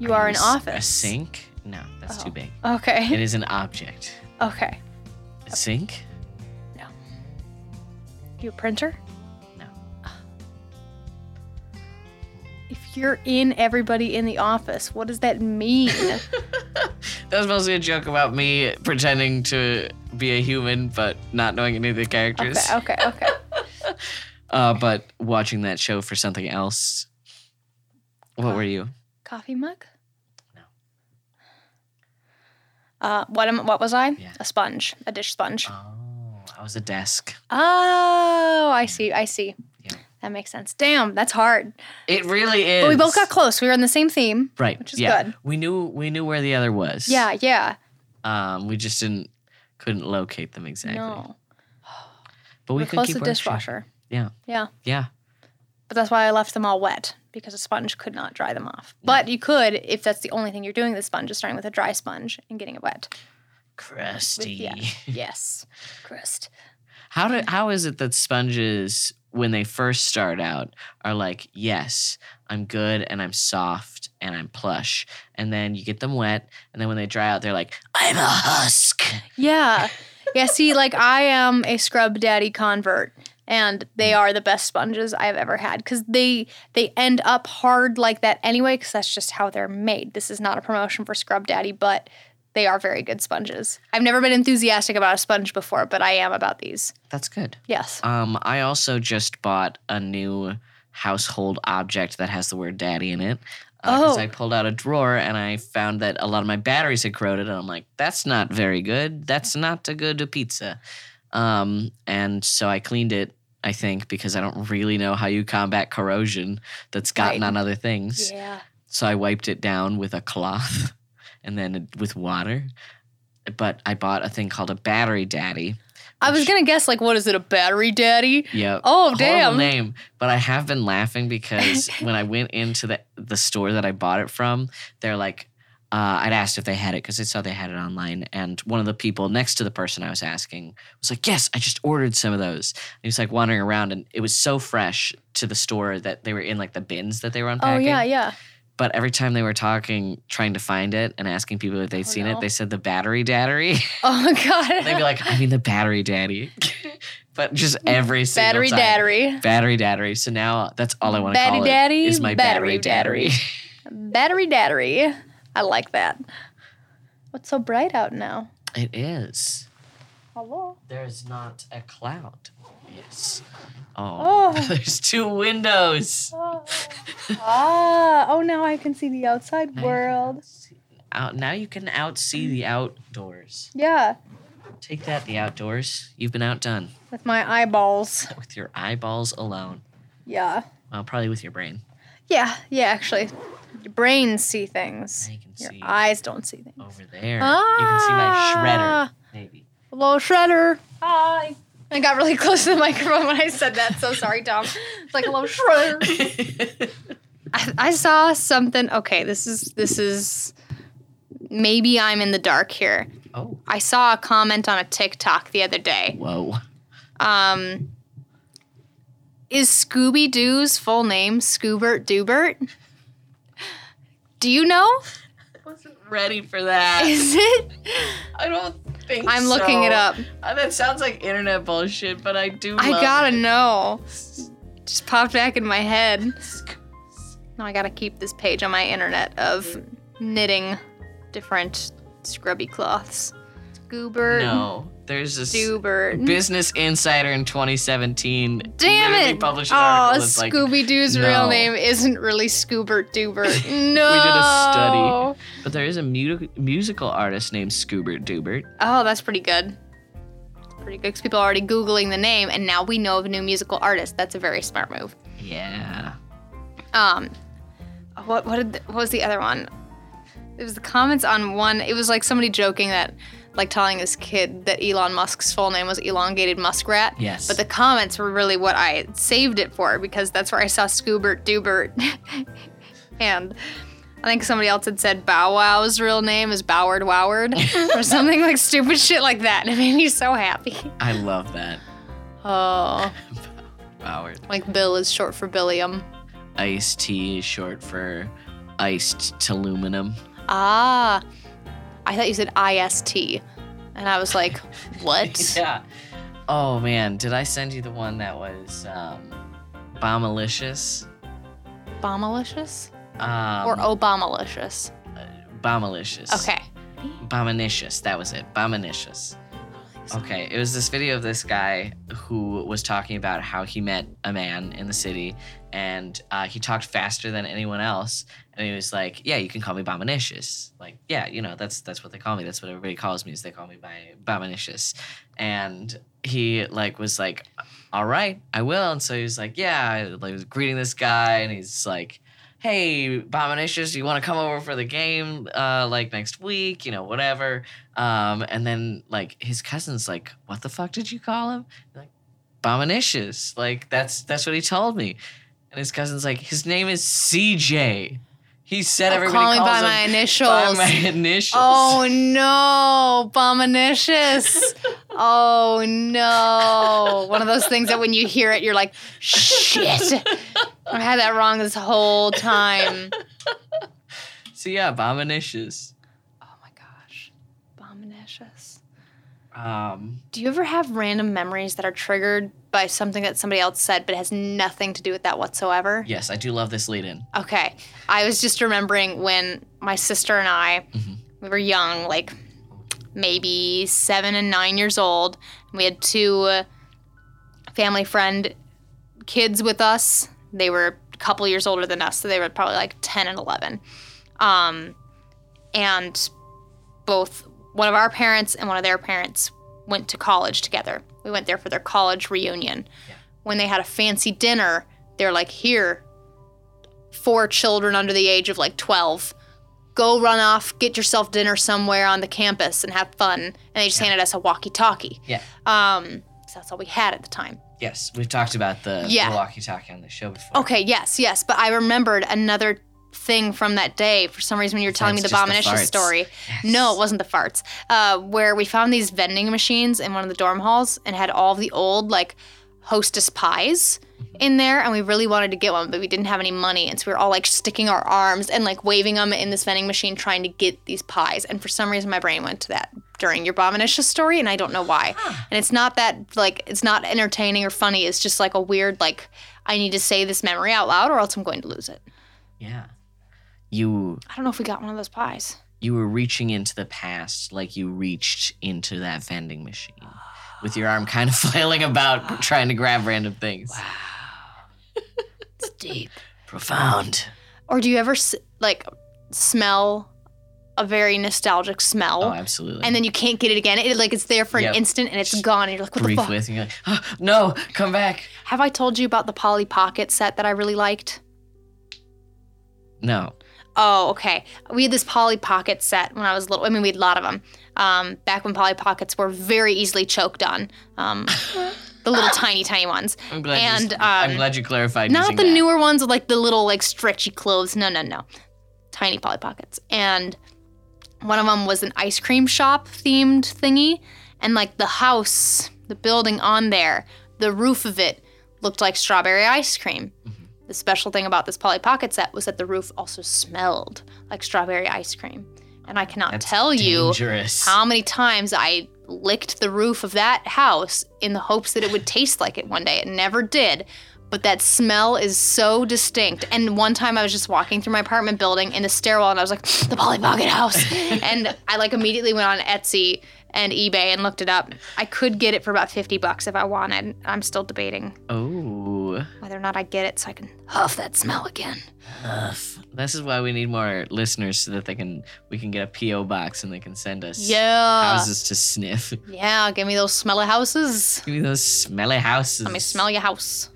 You are an
a s- A
office.
sink? No, that's
Oh.
too big. It
Okay.
is an object.
Okay. (laughs)
A sink?
You a printer?
No.
If you're in everybody in the office, what does that mean?
(laughs) That was mostly a joke about me pretending to be a human, but not knowing any of the characters.
okay, okay,
(laughs)
okay.
Uh, but watching that show for something else. What
Huh.
were you?
Coffee mug?
No.
Uh, what am? What was I?
Yeah.
A sponge, a dish sponge.
Oh, I was a desk.
Oh, I see. I see.
Yeah.
That makes sense. Damn, that's hard.
It really is.
But we both got close. We were on the same theme.
right.
which is
yeah.
good.
We knew we knew where the other was.
Yeah, yeah.
Um, we just didn't couldn't locate them exactly.
No.
But we
We're
could
close
keep
to
working.
dishwasher.
Yeah.
Yeah.
Yeah.
But that's why I left them all wet because a sponge could not dry them off. But you could, if that's the only thing you're doing with the sponge, is starting with a dry sponge and getting it
(laughs)
wet.
Crusty.
Yeah. yes. Crust.
How do how is it that sponges when they first start out are like, yes, I'm good and I'm soft and I'm plush. And then you get them wet and then when they dry out they're like, I'm a husk.
Yeah. Yeah. See, like I am a scrub daddy convert, and they
Mm.
are the best sponges I've ever had because they they end up hard like that anyway. Because that's just how they're made. This is not a promotion for scrub daddy, but They are very good sponges. I've never been enthusiastic about a sponge before, but I am about these.
That's good.
Yes.
Um, I also just bought a new household object that has the word daddy in it. Because
Oh.
I pulled out a drawer and I found that a lot of my batteries had corroded. And I'm like, that's not very good. That's not a good pizza. Um, and so I cleaned it, I think, because I don't really know how you combat corrosion that's gotten
Right.
on other things.
Yeah.
So I wiped it down with a cloth (laughs) and then with water. But I bought a thing called a battery daddy.
I was
which-
gonna guess like, what is it, a battery daddy?
Yeah.
Oh
Horrible
damn.
name, but I have been
(laughs)
laughing because when I went into the the store that I bought it from, they're like, uh, I'd asked if they had it because I saw they had it online, and one of the people next to the person I was asking was like, "Yes, I just ordered some of those." And he was like wandering around, and it was so fresh to the store that they were in like the bins that they were
Oh
unpacking.
yeah, yeah.
But every time they were talking, trying to find it and asking people if they'd seen it,
Oh, no.
they said the battery daddy. (laughs)
Oh (laughs) god.
They'd be like, "I mean the battery daddy," (laughs) but just every single
battery
time.
daddy.
Battery daddy. So now that's all I want to
Batty
call it.
daddy,
Is my battery
battery
daddy.
Battery daddy. I like that. What's so bright out now?
(laughs) it is.
Hello.
There's not a cloud. Yes.
Oh.
Oh. (laughs) There's two windows.
Oh. ah, oh now I can see the outside
Now you can
world.
see- Out now you can outsee the outdoors.
Yeah,
Take that, the outdoors. You've been outdone
with my eyeballs.
with your eyeballs alone.
Yeah.
Well, probably with your brain.
Yeah, yeah, actually. Your brains see things.
Now you can
Your
see
eyes don't see Oh. things.
over there. You can see
Ah.
my shredder. Maybe.
Hello, Shredder. Hi. I got really (laughs) close to the microphone when I said that. So sorry, Tom. It's like hello, Shredder. (laughs) I, I saw something. Okay, this is this is maybe I'm in the dark here.
oh.
I saw a comment on a TikTok the other day.
Whoa. (laughs)
Um, is Scooby Doo's full name Scoobert Doobert? Do you know?
(laughs) Wasn't ready
(laughs)
for that.
Is it?
I don't think
I'm looking it
so.
up.
Uh, that sounds like internet bullshit, but I do.
I
love
gotta
it.
know. Just popped back in my head. Now I gotta keep this page on my internet of knitting different scrubby cloths. Scoobert.
No, there's this
Doobert.
Business Insider in 2017.
Damn
literally
it!
Published an
oh,
article that's like,
Scooby Doo's real
no.
name isn't really Scoobert
(laughs)
Doobert. No.
study. but there is a mu- musical artist named Scoobert Doobert.
Oh, that's pretty good. Pretty good because people are already Googling the name, and now we know of a new musical artist. That's a very smart move.
Yeah.
Um, what what, did the- what was the other one? It was the comments on one. It was like somebody joking that, like telling this kid that Elon Musk's full name was elongated muskrat.
Yes.
But the comments were really what I saved it for because that's where I saw Scoobert Doobert. (laughs) and I think somebody else had said Bow Wow's real name is Boward Woward or something like stupid shit like that. And it made me so happy.
I love that.
Oh,
Howard.
like Bill is short for Billiam.
Iced tea is short for
(laughs)
iced aluminum.
Ah, I thought you said IST. And I was like, what?
yeah. (laughs) Oh man, did I send you the one that was um, bombalicious?
Bombalicious?
Um,
Or Obamalicious?
Bombalicious.
Okay.
Bominicious. That was it. Bominicious. Okay, it was this video of this guy who was talking about how he met a man in the city, and uh, he talked faster than anyone else, and he was like, "Yeah, you can call me Bominicious. Like, yeah, you know, that's that's what they call me. That's what everybody calls me. Is they call me by Bominicious." And he like was like, "All right, I will." And so he was like, "Yeah," like was greeting this guy, and he's like, hey bominicious you want to come over for the game uh like next week you know whatever um and then like his cousin's like what the fuck did you call him like bominicious like that's that's what he told me and his cousin's like his name is cj he said
Oh,
everybody
call me
calls
by
him
my
by
initials.
my initials
Oh no, bominicious. oh no. One of those things that when you hear it, you're like, shit. I had that wrong this whole time.
so yeah bominicious
Oh my gosh. Bominicious.
um
Do you ever have random memories that are triggered by something that somebody else said but has nothing to do with that whatsoever?
yes i do love this lead in
Okay. I was just remembering when my sister and I
Mhm.
we were young, like maybe seven and nine years old. And we had two uh, family friend kids with us. They were a couple years older than us, so they were probably like 10 and 11. Um, and both one of our parents and one of their parents went to college together. We went there for their college reunion. When they had a fancy dinner, they're like, here, four children under the age of like 12. Go run off, get yourself dinner somewhere on the campus and have fun. And they just handed us a walkie talkie.
Yeah.
Um, so that's all we had at the time.
Yes, we've talked about the
Yeah.
the walkie-talkie on the show before.
Okay, yes, yes. But I remembered another thing from that day for some reason when you were telling me the
That's just the
abomination
farts.
story. No, it wasn't the farts. Uh, where we found these vending machines in one of the dorm halls and had all the old like hostess pies in there and we really wanted to get one but we didn't have any money and so we were all like sticking our arms and like waving them in this vending machine trying to get these pies and for some reason my brain went to that during your abomination story and I don't know why and it's not that like it's not entertaining or funny it's just like a weird like I need to say this memory out loud or else I'm going to lose it
Yeah. You
I don't know if we got one of those pies
you were reaching into the past like you reached into that vending machine with your arm kind of (laughs) flailing about trying to grab random things.
it's deep
Profound.
Or do you ever s- like smell a very nostalgic smell,
Oh, absolutely.
and then you can't get it again? It like it's there for
Yep.
an instant and it's gone, and you're like, "What the
brief
fuck?"
with and you're like, "Ah, no, come back.
Have I told you about the Polly Pocket set that I really liked?
No.
Oh, okay. We had this Polly Pocket set when I was little. I mean, we had a lot of them um, back when Polly Pockets were very easily choked on.
(laughs)
Um, the little tiny, tiny ones.
I'm glad
And,
you, I'm
um,
glad you clarified
Not
using
the
that.
newer ones with like the little like stretchy clothes. No, no, no. Tiny Polly Pockets. And one of them was an ice cream shop themed thingy. And like the house, the building on there, the roof of it looked like strawberry ice cream.
Mm-hmm.
The special thing about this Polly Pocket set was that the roof also smelled like strawberry ice cream. And I cannot
That's
tell you
dangerous.
how many times I licked the roof of that house in the hopes that it would taste like it one day. It never did. But that smell is so distinct. And one time I was just walking through my apartment building in the stairwell and I was like, the Polly Pocket house. and I like immediately went on Etsy and eBay and looked it up. I could get it for about 50 bucks if I wanted. I'm still debating
Oh,
whether or not I get it so I can huff that smell again.
ugh. this is why we need more listeners so that they can we can get a PO box and they can send us
Yeah.
houses to sniff. (laughs)
Yeah, give me those smelly houses.
Give me those smelly houses.
Let me smell your house.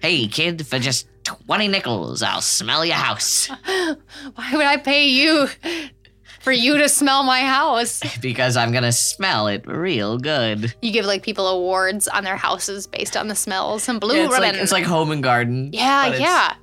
Hey, kid, for just 20 nickels, I'll smell your house. (laughs)
(gasps) Why would I pay you for you to smell my house?
because I'm going to smell it real good.
You give like people awards on their houses based on the smells and blue
Yeah, it's,
ribbon.
like, it's like home and garden.
yeah,
but it's
yeah.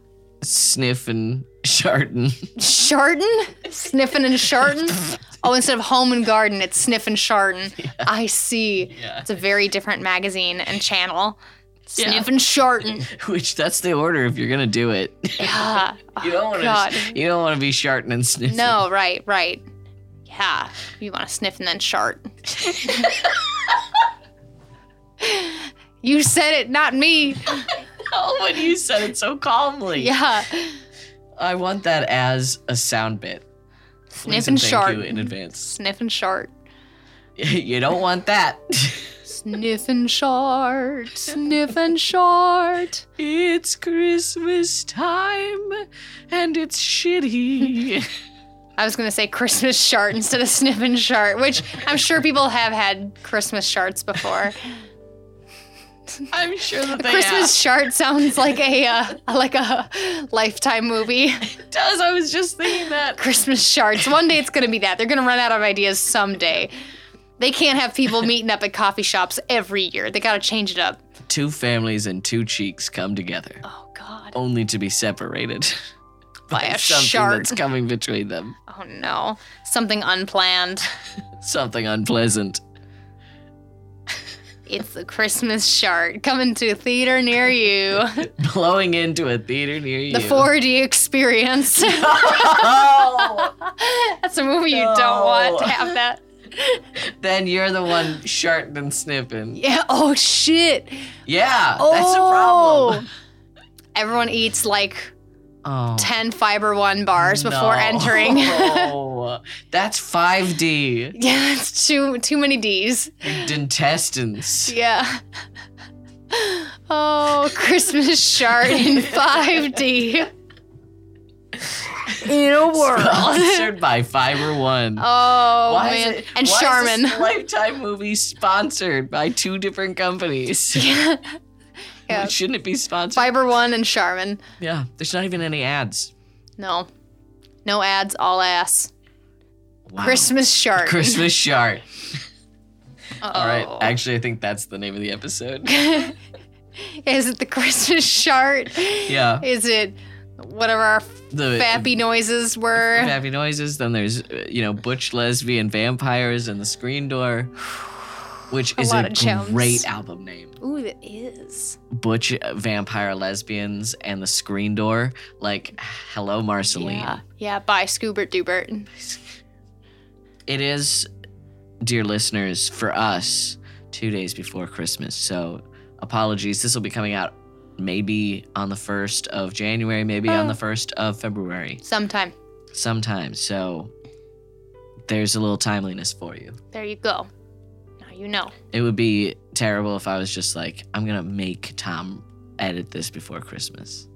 Sniff and (laughs) sharting.
Shardin? Sniffing and
(laughs)
shardin? oh, instead of home and garden, it's sniff and shardin. I see.
yeah.
It's a very different magazine and channel. Sniff and
(laughs)
shardin.
(laughs) Which that's the order if you're going to do it. (laughs)
Yeah.
you don't want
Oh, God.
to You don't want to be sharting and sniffing.
No, right, right. Yeah. You want to sniff and then
(laughs)
shart. you said it, not me.
Oh, (laughs) when you said it so calmly.
Yeah.
I want that as a sound bit.
Sniff
Please
and
thank
shart.
you in advance. (laughs)
Sniff and shart.
you don't want that. (laughs)
Sniff and shart. Sniff and shart.
It's Christmas time and it's shitty. (laughs)
I was gonna say Christmas shart instead of sniff and shart, which I'm sure people have had Christmas sharts before.
I'm sure that they
Christmas shart sounds like a uh, like a lifetime movie.
have. does. I was just thinking that.
Christmas shards. One day it's going to be that. They're going to run out of ideas someday. They can't have people meeting up at coffee shops every year. They got to change it up.
Two families and two cheeks come together,
Oh, God.
only to be separated (laughs)
By a
something
shard.
that's coming between them.
Oh, no. Something unplanned.
Something (laughs) unpleasant.
It's the Christmas shard coming to a theater near you.
Blowing into a theater near you.
The 4D
(laughs)
experience.
Oh!
That's a movie you don't want to
No.
have that.
(laughs) then you're the one sharting and sniffing.
Yeah. Oh, shit.
Yeah,
Oh.
that's a problem.
Everyone eats like
Oh,
10 fiber one bars before entering.
no. Wow, (laughs) that's 5D.
(laughs) Yeah, it's too too many D's.
Intestines.
Yeah. (laughs) Oh, Christmas shard in
(laughs)
5D. In a
(laughs) Sponsored by Fiber One.
(laughs) Oh
Why is
man.
it-
and
why is
Charmin. (laughs)
this (laughs) Lifetime movie sponsored by two different companies.
yeah. (laughs) Yeah.
Shouldn't it be sponsored?
Fiber One and Charmin.
yeah, there's not even any ads.
No. No ads, all ass.
Wow.
Christmas shark. (laughs)
Christmas shark.
Oh.
All right. Actually, I think that's the name of the episode.
(laughs) Is it the Christmas shark?
Yeah.
Is it whatever our
The
(laughs) fappy noises were?
Happy noises. Then there's, uh, you know, butch lesbian vampires and the screen door, which
A
is
lot
a
of gems.
great album name.
Ooh, it is.
Butch uh, vampire lesbians and the screen door. Like, hello, Marceline.
Yeah. Yeah, by Scoobert Dubert.
It is, dear listeners, for us, two days before Christmas. So, apologies. This will be coming out maybe on the 1st of January, maybe on
Oh.
the 1st of February.
Sometime.
sometimes. So there's a little timeliness for you.
There you go. Now you know.
It would be terrible if I was just like, I'm gonna make Tom edit this before Christmas,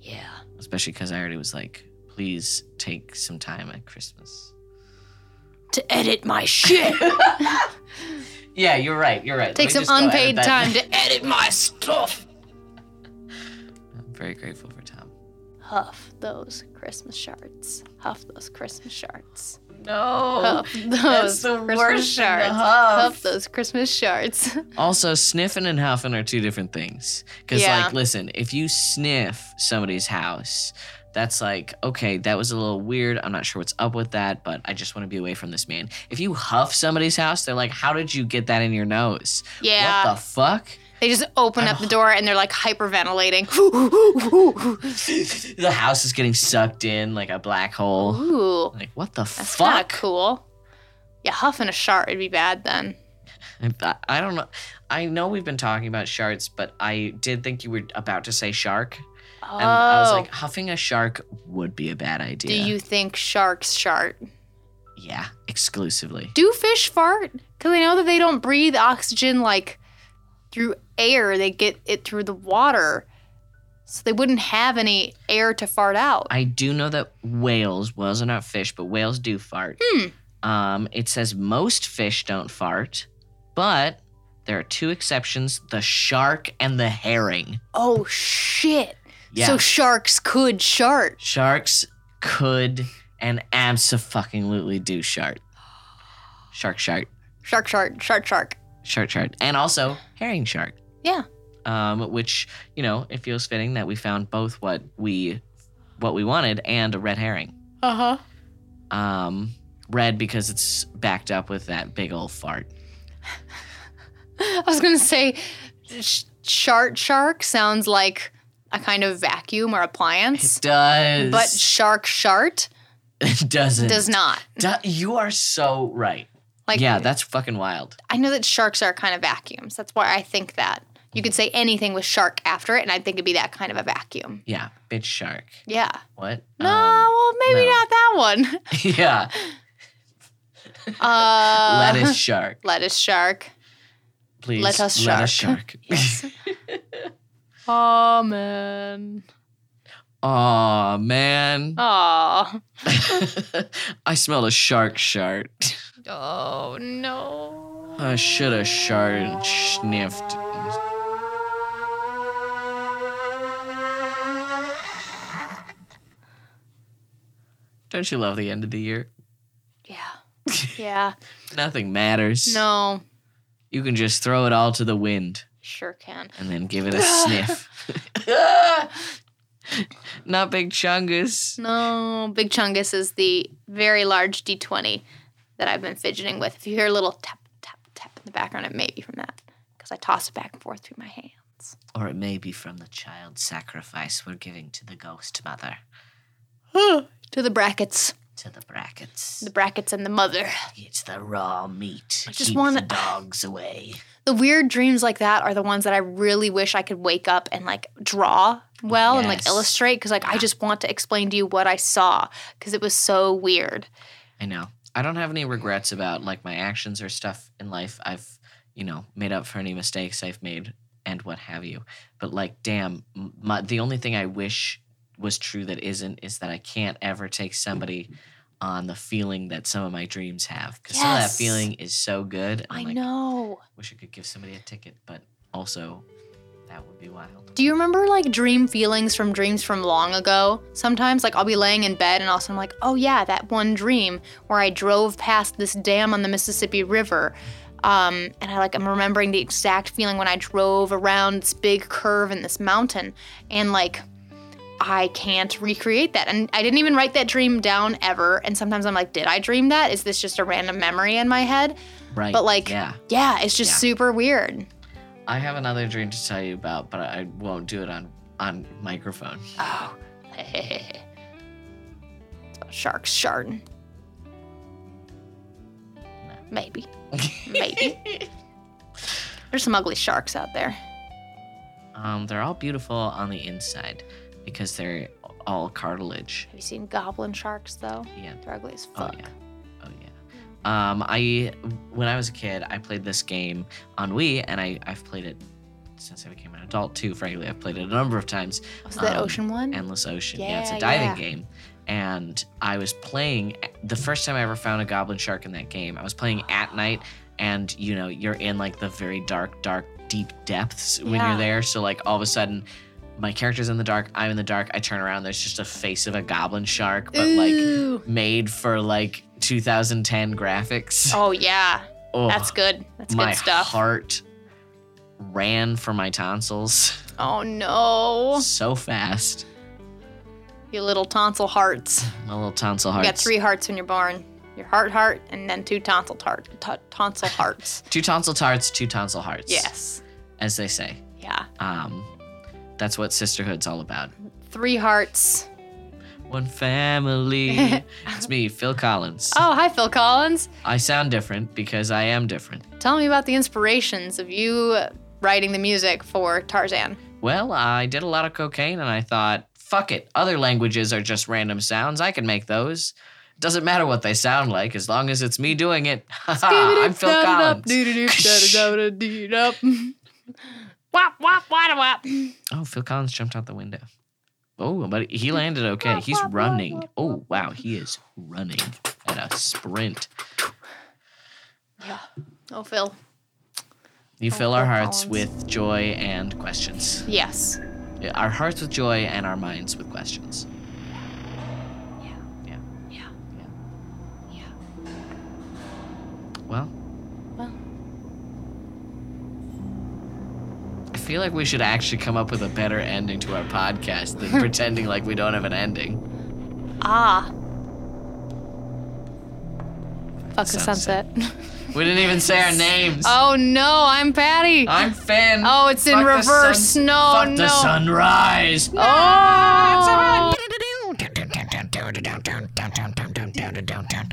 Yeah.
especially because I already was like, please take some time at Christmas.
To edit (laughs) my shit.
Yeah, you're right. You're right. Let
Take some
me just go edit
unpaid
that.
time
(laughs)
to edit my stuff.
I'm very grateful for Tom.
Huff those Christmas shards. Huff those Christmas shards.
No,
Huff those
Oh, the
Christmas
worst thing to
shards.
huff.
those Christmas shards. (laughs)
Also, sniffing and huffing are two different things. Because,
Yeah.
like, listen, if you sniff somebody's house, that's like, okay, that was a little weird. I'm not sure what's up with that, but I just want to be away from this man. If you huff somebody's house, they're like, how did you get that in your nose?
Yeah.
What the fuck? (laughs)
They just open
I'm
up the door and they're like
(laughs)
hyperventilating.
the house is getting sucked in like a black hole.
Ooh,
Like, what the
that's kind of
fuck?
cool. Yeah, huffing a shard would be bad then.
I, I don't know. I know we've been talking about sharks, but I did think you were about to say shark.
Oh,
And I was like, huffing a shark would be a bad idea.
do you think sharks shart?
Yeah, exclusively.
Do fish fart? Because I know that they don't breathe oxygen like through air, they get it through the water. So they wouldn't have any air to fart out.
I do know that whales, whales are not fish, but whales do fart.
Hmm.
Um, it says most fish don't fart, but there are two exceptions the shark and the herring.
Oh, shit.
Yeah.
So sharks could shart.
Sharks could and absolutely do shart. Shark shart.
Shark, shark, shark, shark.
Shark shart. And also herring shark.
Yeah.
Um, which, you know, it feels fitting that we found both what we what we wanted and a red herring.
Uh huh.
um, red because it's backed up with that big old fart.
I was gonna say, sh- shark shark sounds like a kind of vacuum or appliance,
It does,
but shark shart
(laughs) it doesn't.
does not.
Do- you are so right.
Like,
yeah, that's fucking wild.
I know that sharks are kind of vacuums. That's why I think that you could say anything with shark after it, and I think it'd be that kind of a vacuum.
Yeah, bitch shark.
Yeah.
What?
No,
Um, (laughs)
well, maybe
no.
not that
(laughs)
one.
yeah,
Uh,
lettuce shark.
(laughs) Lettuce shark.
Please,
let us
Lettuce
shark.
shark.
(laughs) Yes. oh man.
(laughs) Aw, man.
Oh.
(laughs) I smell a shark (laughs) shart.
Oh no.
I should have sharted and sniffed. Don't you love the end of the year?
Yeah.
(laughs)
Yeah.
Nothing matters.
No.
You can just throw it all to the wind
Sure can.
and then give it a sniff. (laughs) Not big chungus.
No, Big Chungus is the very large D20 that I've been fidgeting with. If you hear a little tap, tap, tap in the background, it may be from that because I toss it back and forth through my hand.
Or it may be from the child sacrifice we're giving to the ghost mother.
to the brackets.
to the brackets.
The brackets and the mother.
It's the raw meat. I
just
Keep
wanna-
the dogs away.
The weird dreams like that are the ones that I really wish I could wake up and like draw well and like
Yes.
illustrate because like I just want to explain to you what I saw because it was so weird.
I know. I don't have any regrets about like my actions or stuff in life. I've, you know, made up for any mistakes I've made and what have you. But like, damn, m- my, the only thing I wish was true that isn't is that I can't ever take somebody on the feeling that some of my dreams have because some of that
Yes.
feeling is so good. and,
I
like,
know.
Wish I could give somebody a ticket, but also that would be wild.
Do you remember like dream feelings from dreams from long ago? Sometimes like I'll be laying in bed and also I'm like, oh yeah, that one dream where I drove past this dam on the Mississippi River. Um, and I like I'm remembering the exact feeling when I drove around this big curve in this mountain and like I can't recreate that. And I didn't even write that dream down ever. And sometimes I'm like, did I dream that? Is this just a random memory in my head?
Right.
But, like-
yeah.
Yeah, it's just
Yeah.
super weird.
I have another dream to tell you about, but I won't do it on on microphone. (laughs)
Oh. (laughs) it's about sharks sharding. Maybe. Maybe.
(laughs)
There's some ugly sharks out there.
Um, they're all beautiful on the inside because they're all cartilage.
Have you seen goblin sharks though?
Yeah.
They're ugly as
Oh
fuck.
yeah. Oh yeah. Um, I when I was a kid, I played this game on Wii, and I I've played it since I became an adult too. Frankly, I've played it a number of times.
Was it Oh, that
Um,
ocean one?
Endless Ocean. Yeah, it's a
Yeah,
diving
yeah.
game. And I was playing the first time I ever found a goblin shark in that game. I was playing at night, and you know you're in like the very dark, dark, deep depths when
Yeah.
you're there. So like all of a sudden, my character's in the dark. I'm in the dark. I turn around. There's just a face of a goblin shark, but like
Ooh.
made for like 2010 graphics.
oh yeah.
Oh,
That's good. That's
my
good stuff.
heart ran for my tonsils
oh no.
so fast.
You little tonsil hearts.
My little tonsil
You
hearts.
got three hearts when you're born. Your heart heart and then two tonsil heart t- tonsil
(laughs)
hearts.
Two tonsil tarts, two tonsil hearts.
yes.
As they say.
Yeah.
Um, that's what sisterhood's all about.
Three hearts.
One
(laughs)
family. it's me, Phil Collins.
Oh, hi Phil Collins.
I sound different because I am different.
Tell me about the inspirations of you writing the music for Tarzan.
Well, I did a lot of cocaine and I thought, fuck it. Other languages are just random sounds. I can make those. Doesn't matter what they sound like as long as it's me doing it. (laughs) Ah, I'm Phil Collins. (laughs)
Wop wop wada wop.
Oh, Phil Collins jumped out the window. Oh, but he landed okay. He's running. Oh, wow. He is running at a sprint.
Yeah. Oh Phil.
You fill
Phil
our hearts
Collins.
with joy and questions.
Yes.
Yeah, Our hearts with joy and our minds with questions. Yeah.
Yeah. Yeah.
Well,
Well.
I feel like we should actually come up with a better ending to our
(laughs)
podcast than pretending like we don't have an ending.
Ah. Fuck the
Sunset.
sunset. (laughs)
We didn't even say our names.
oh no, I'm Patty.
I'm Finn.
oh, it's in
Fuck the
reverse.
sun-
no,
Fuck
no.
the sunrise.
Oh.
down, down, down, down, down, down, down, down, down, down, down.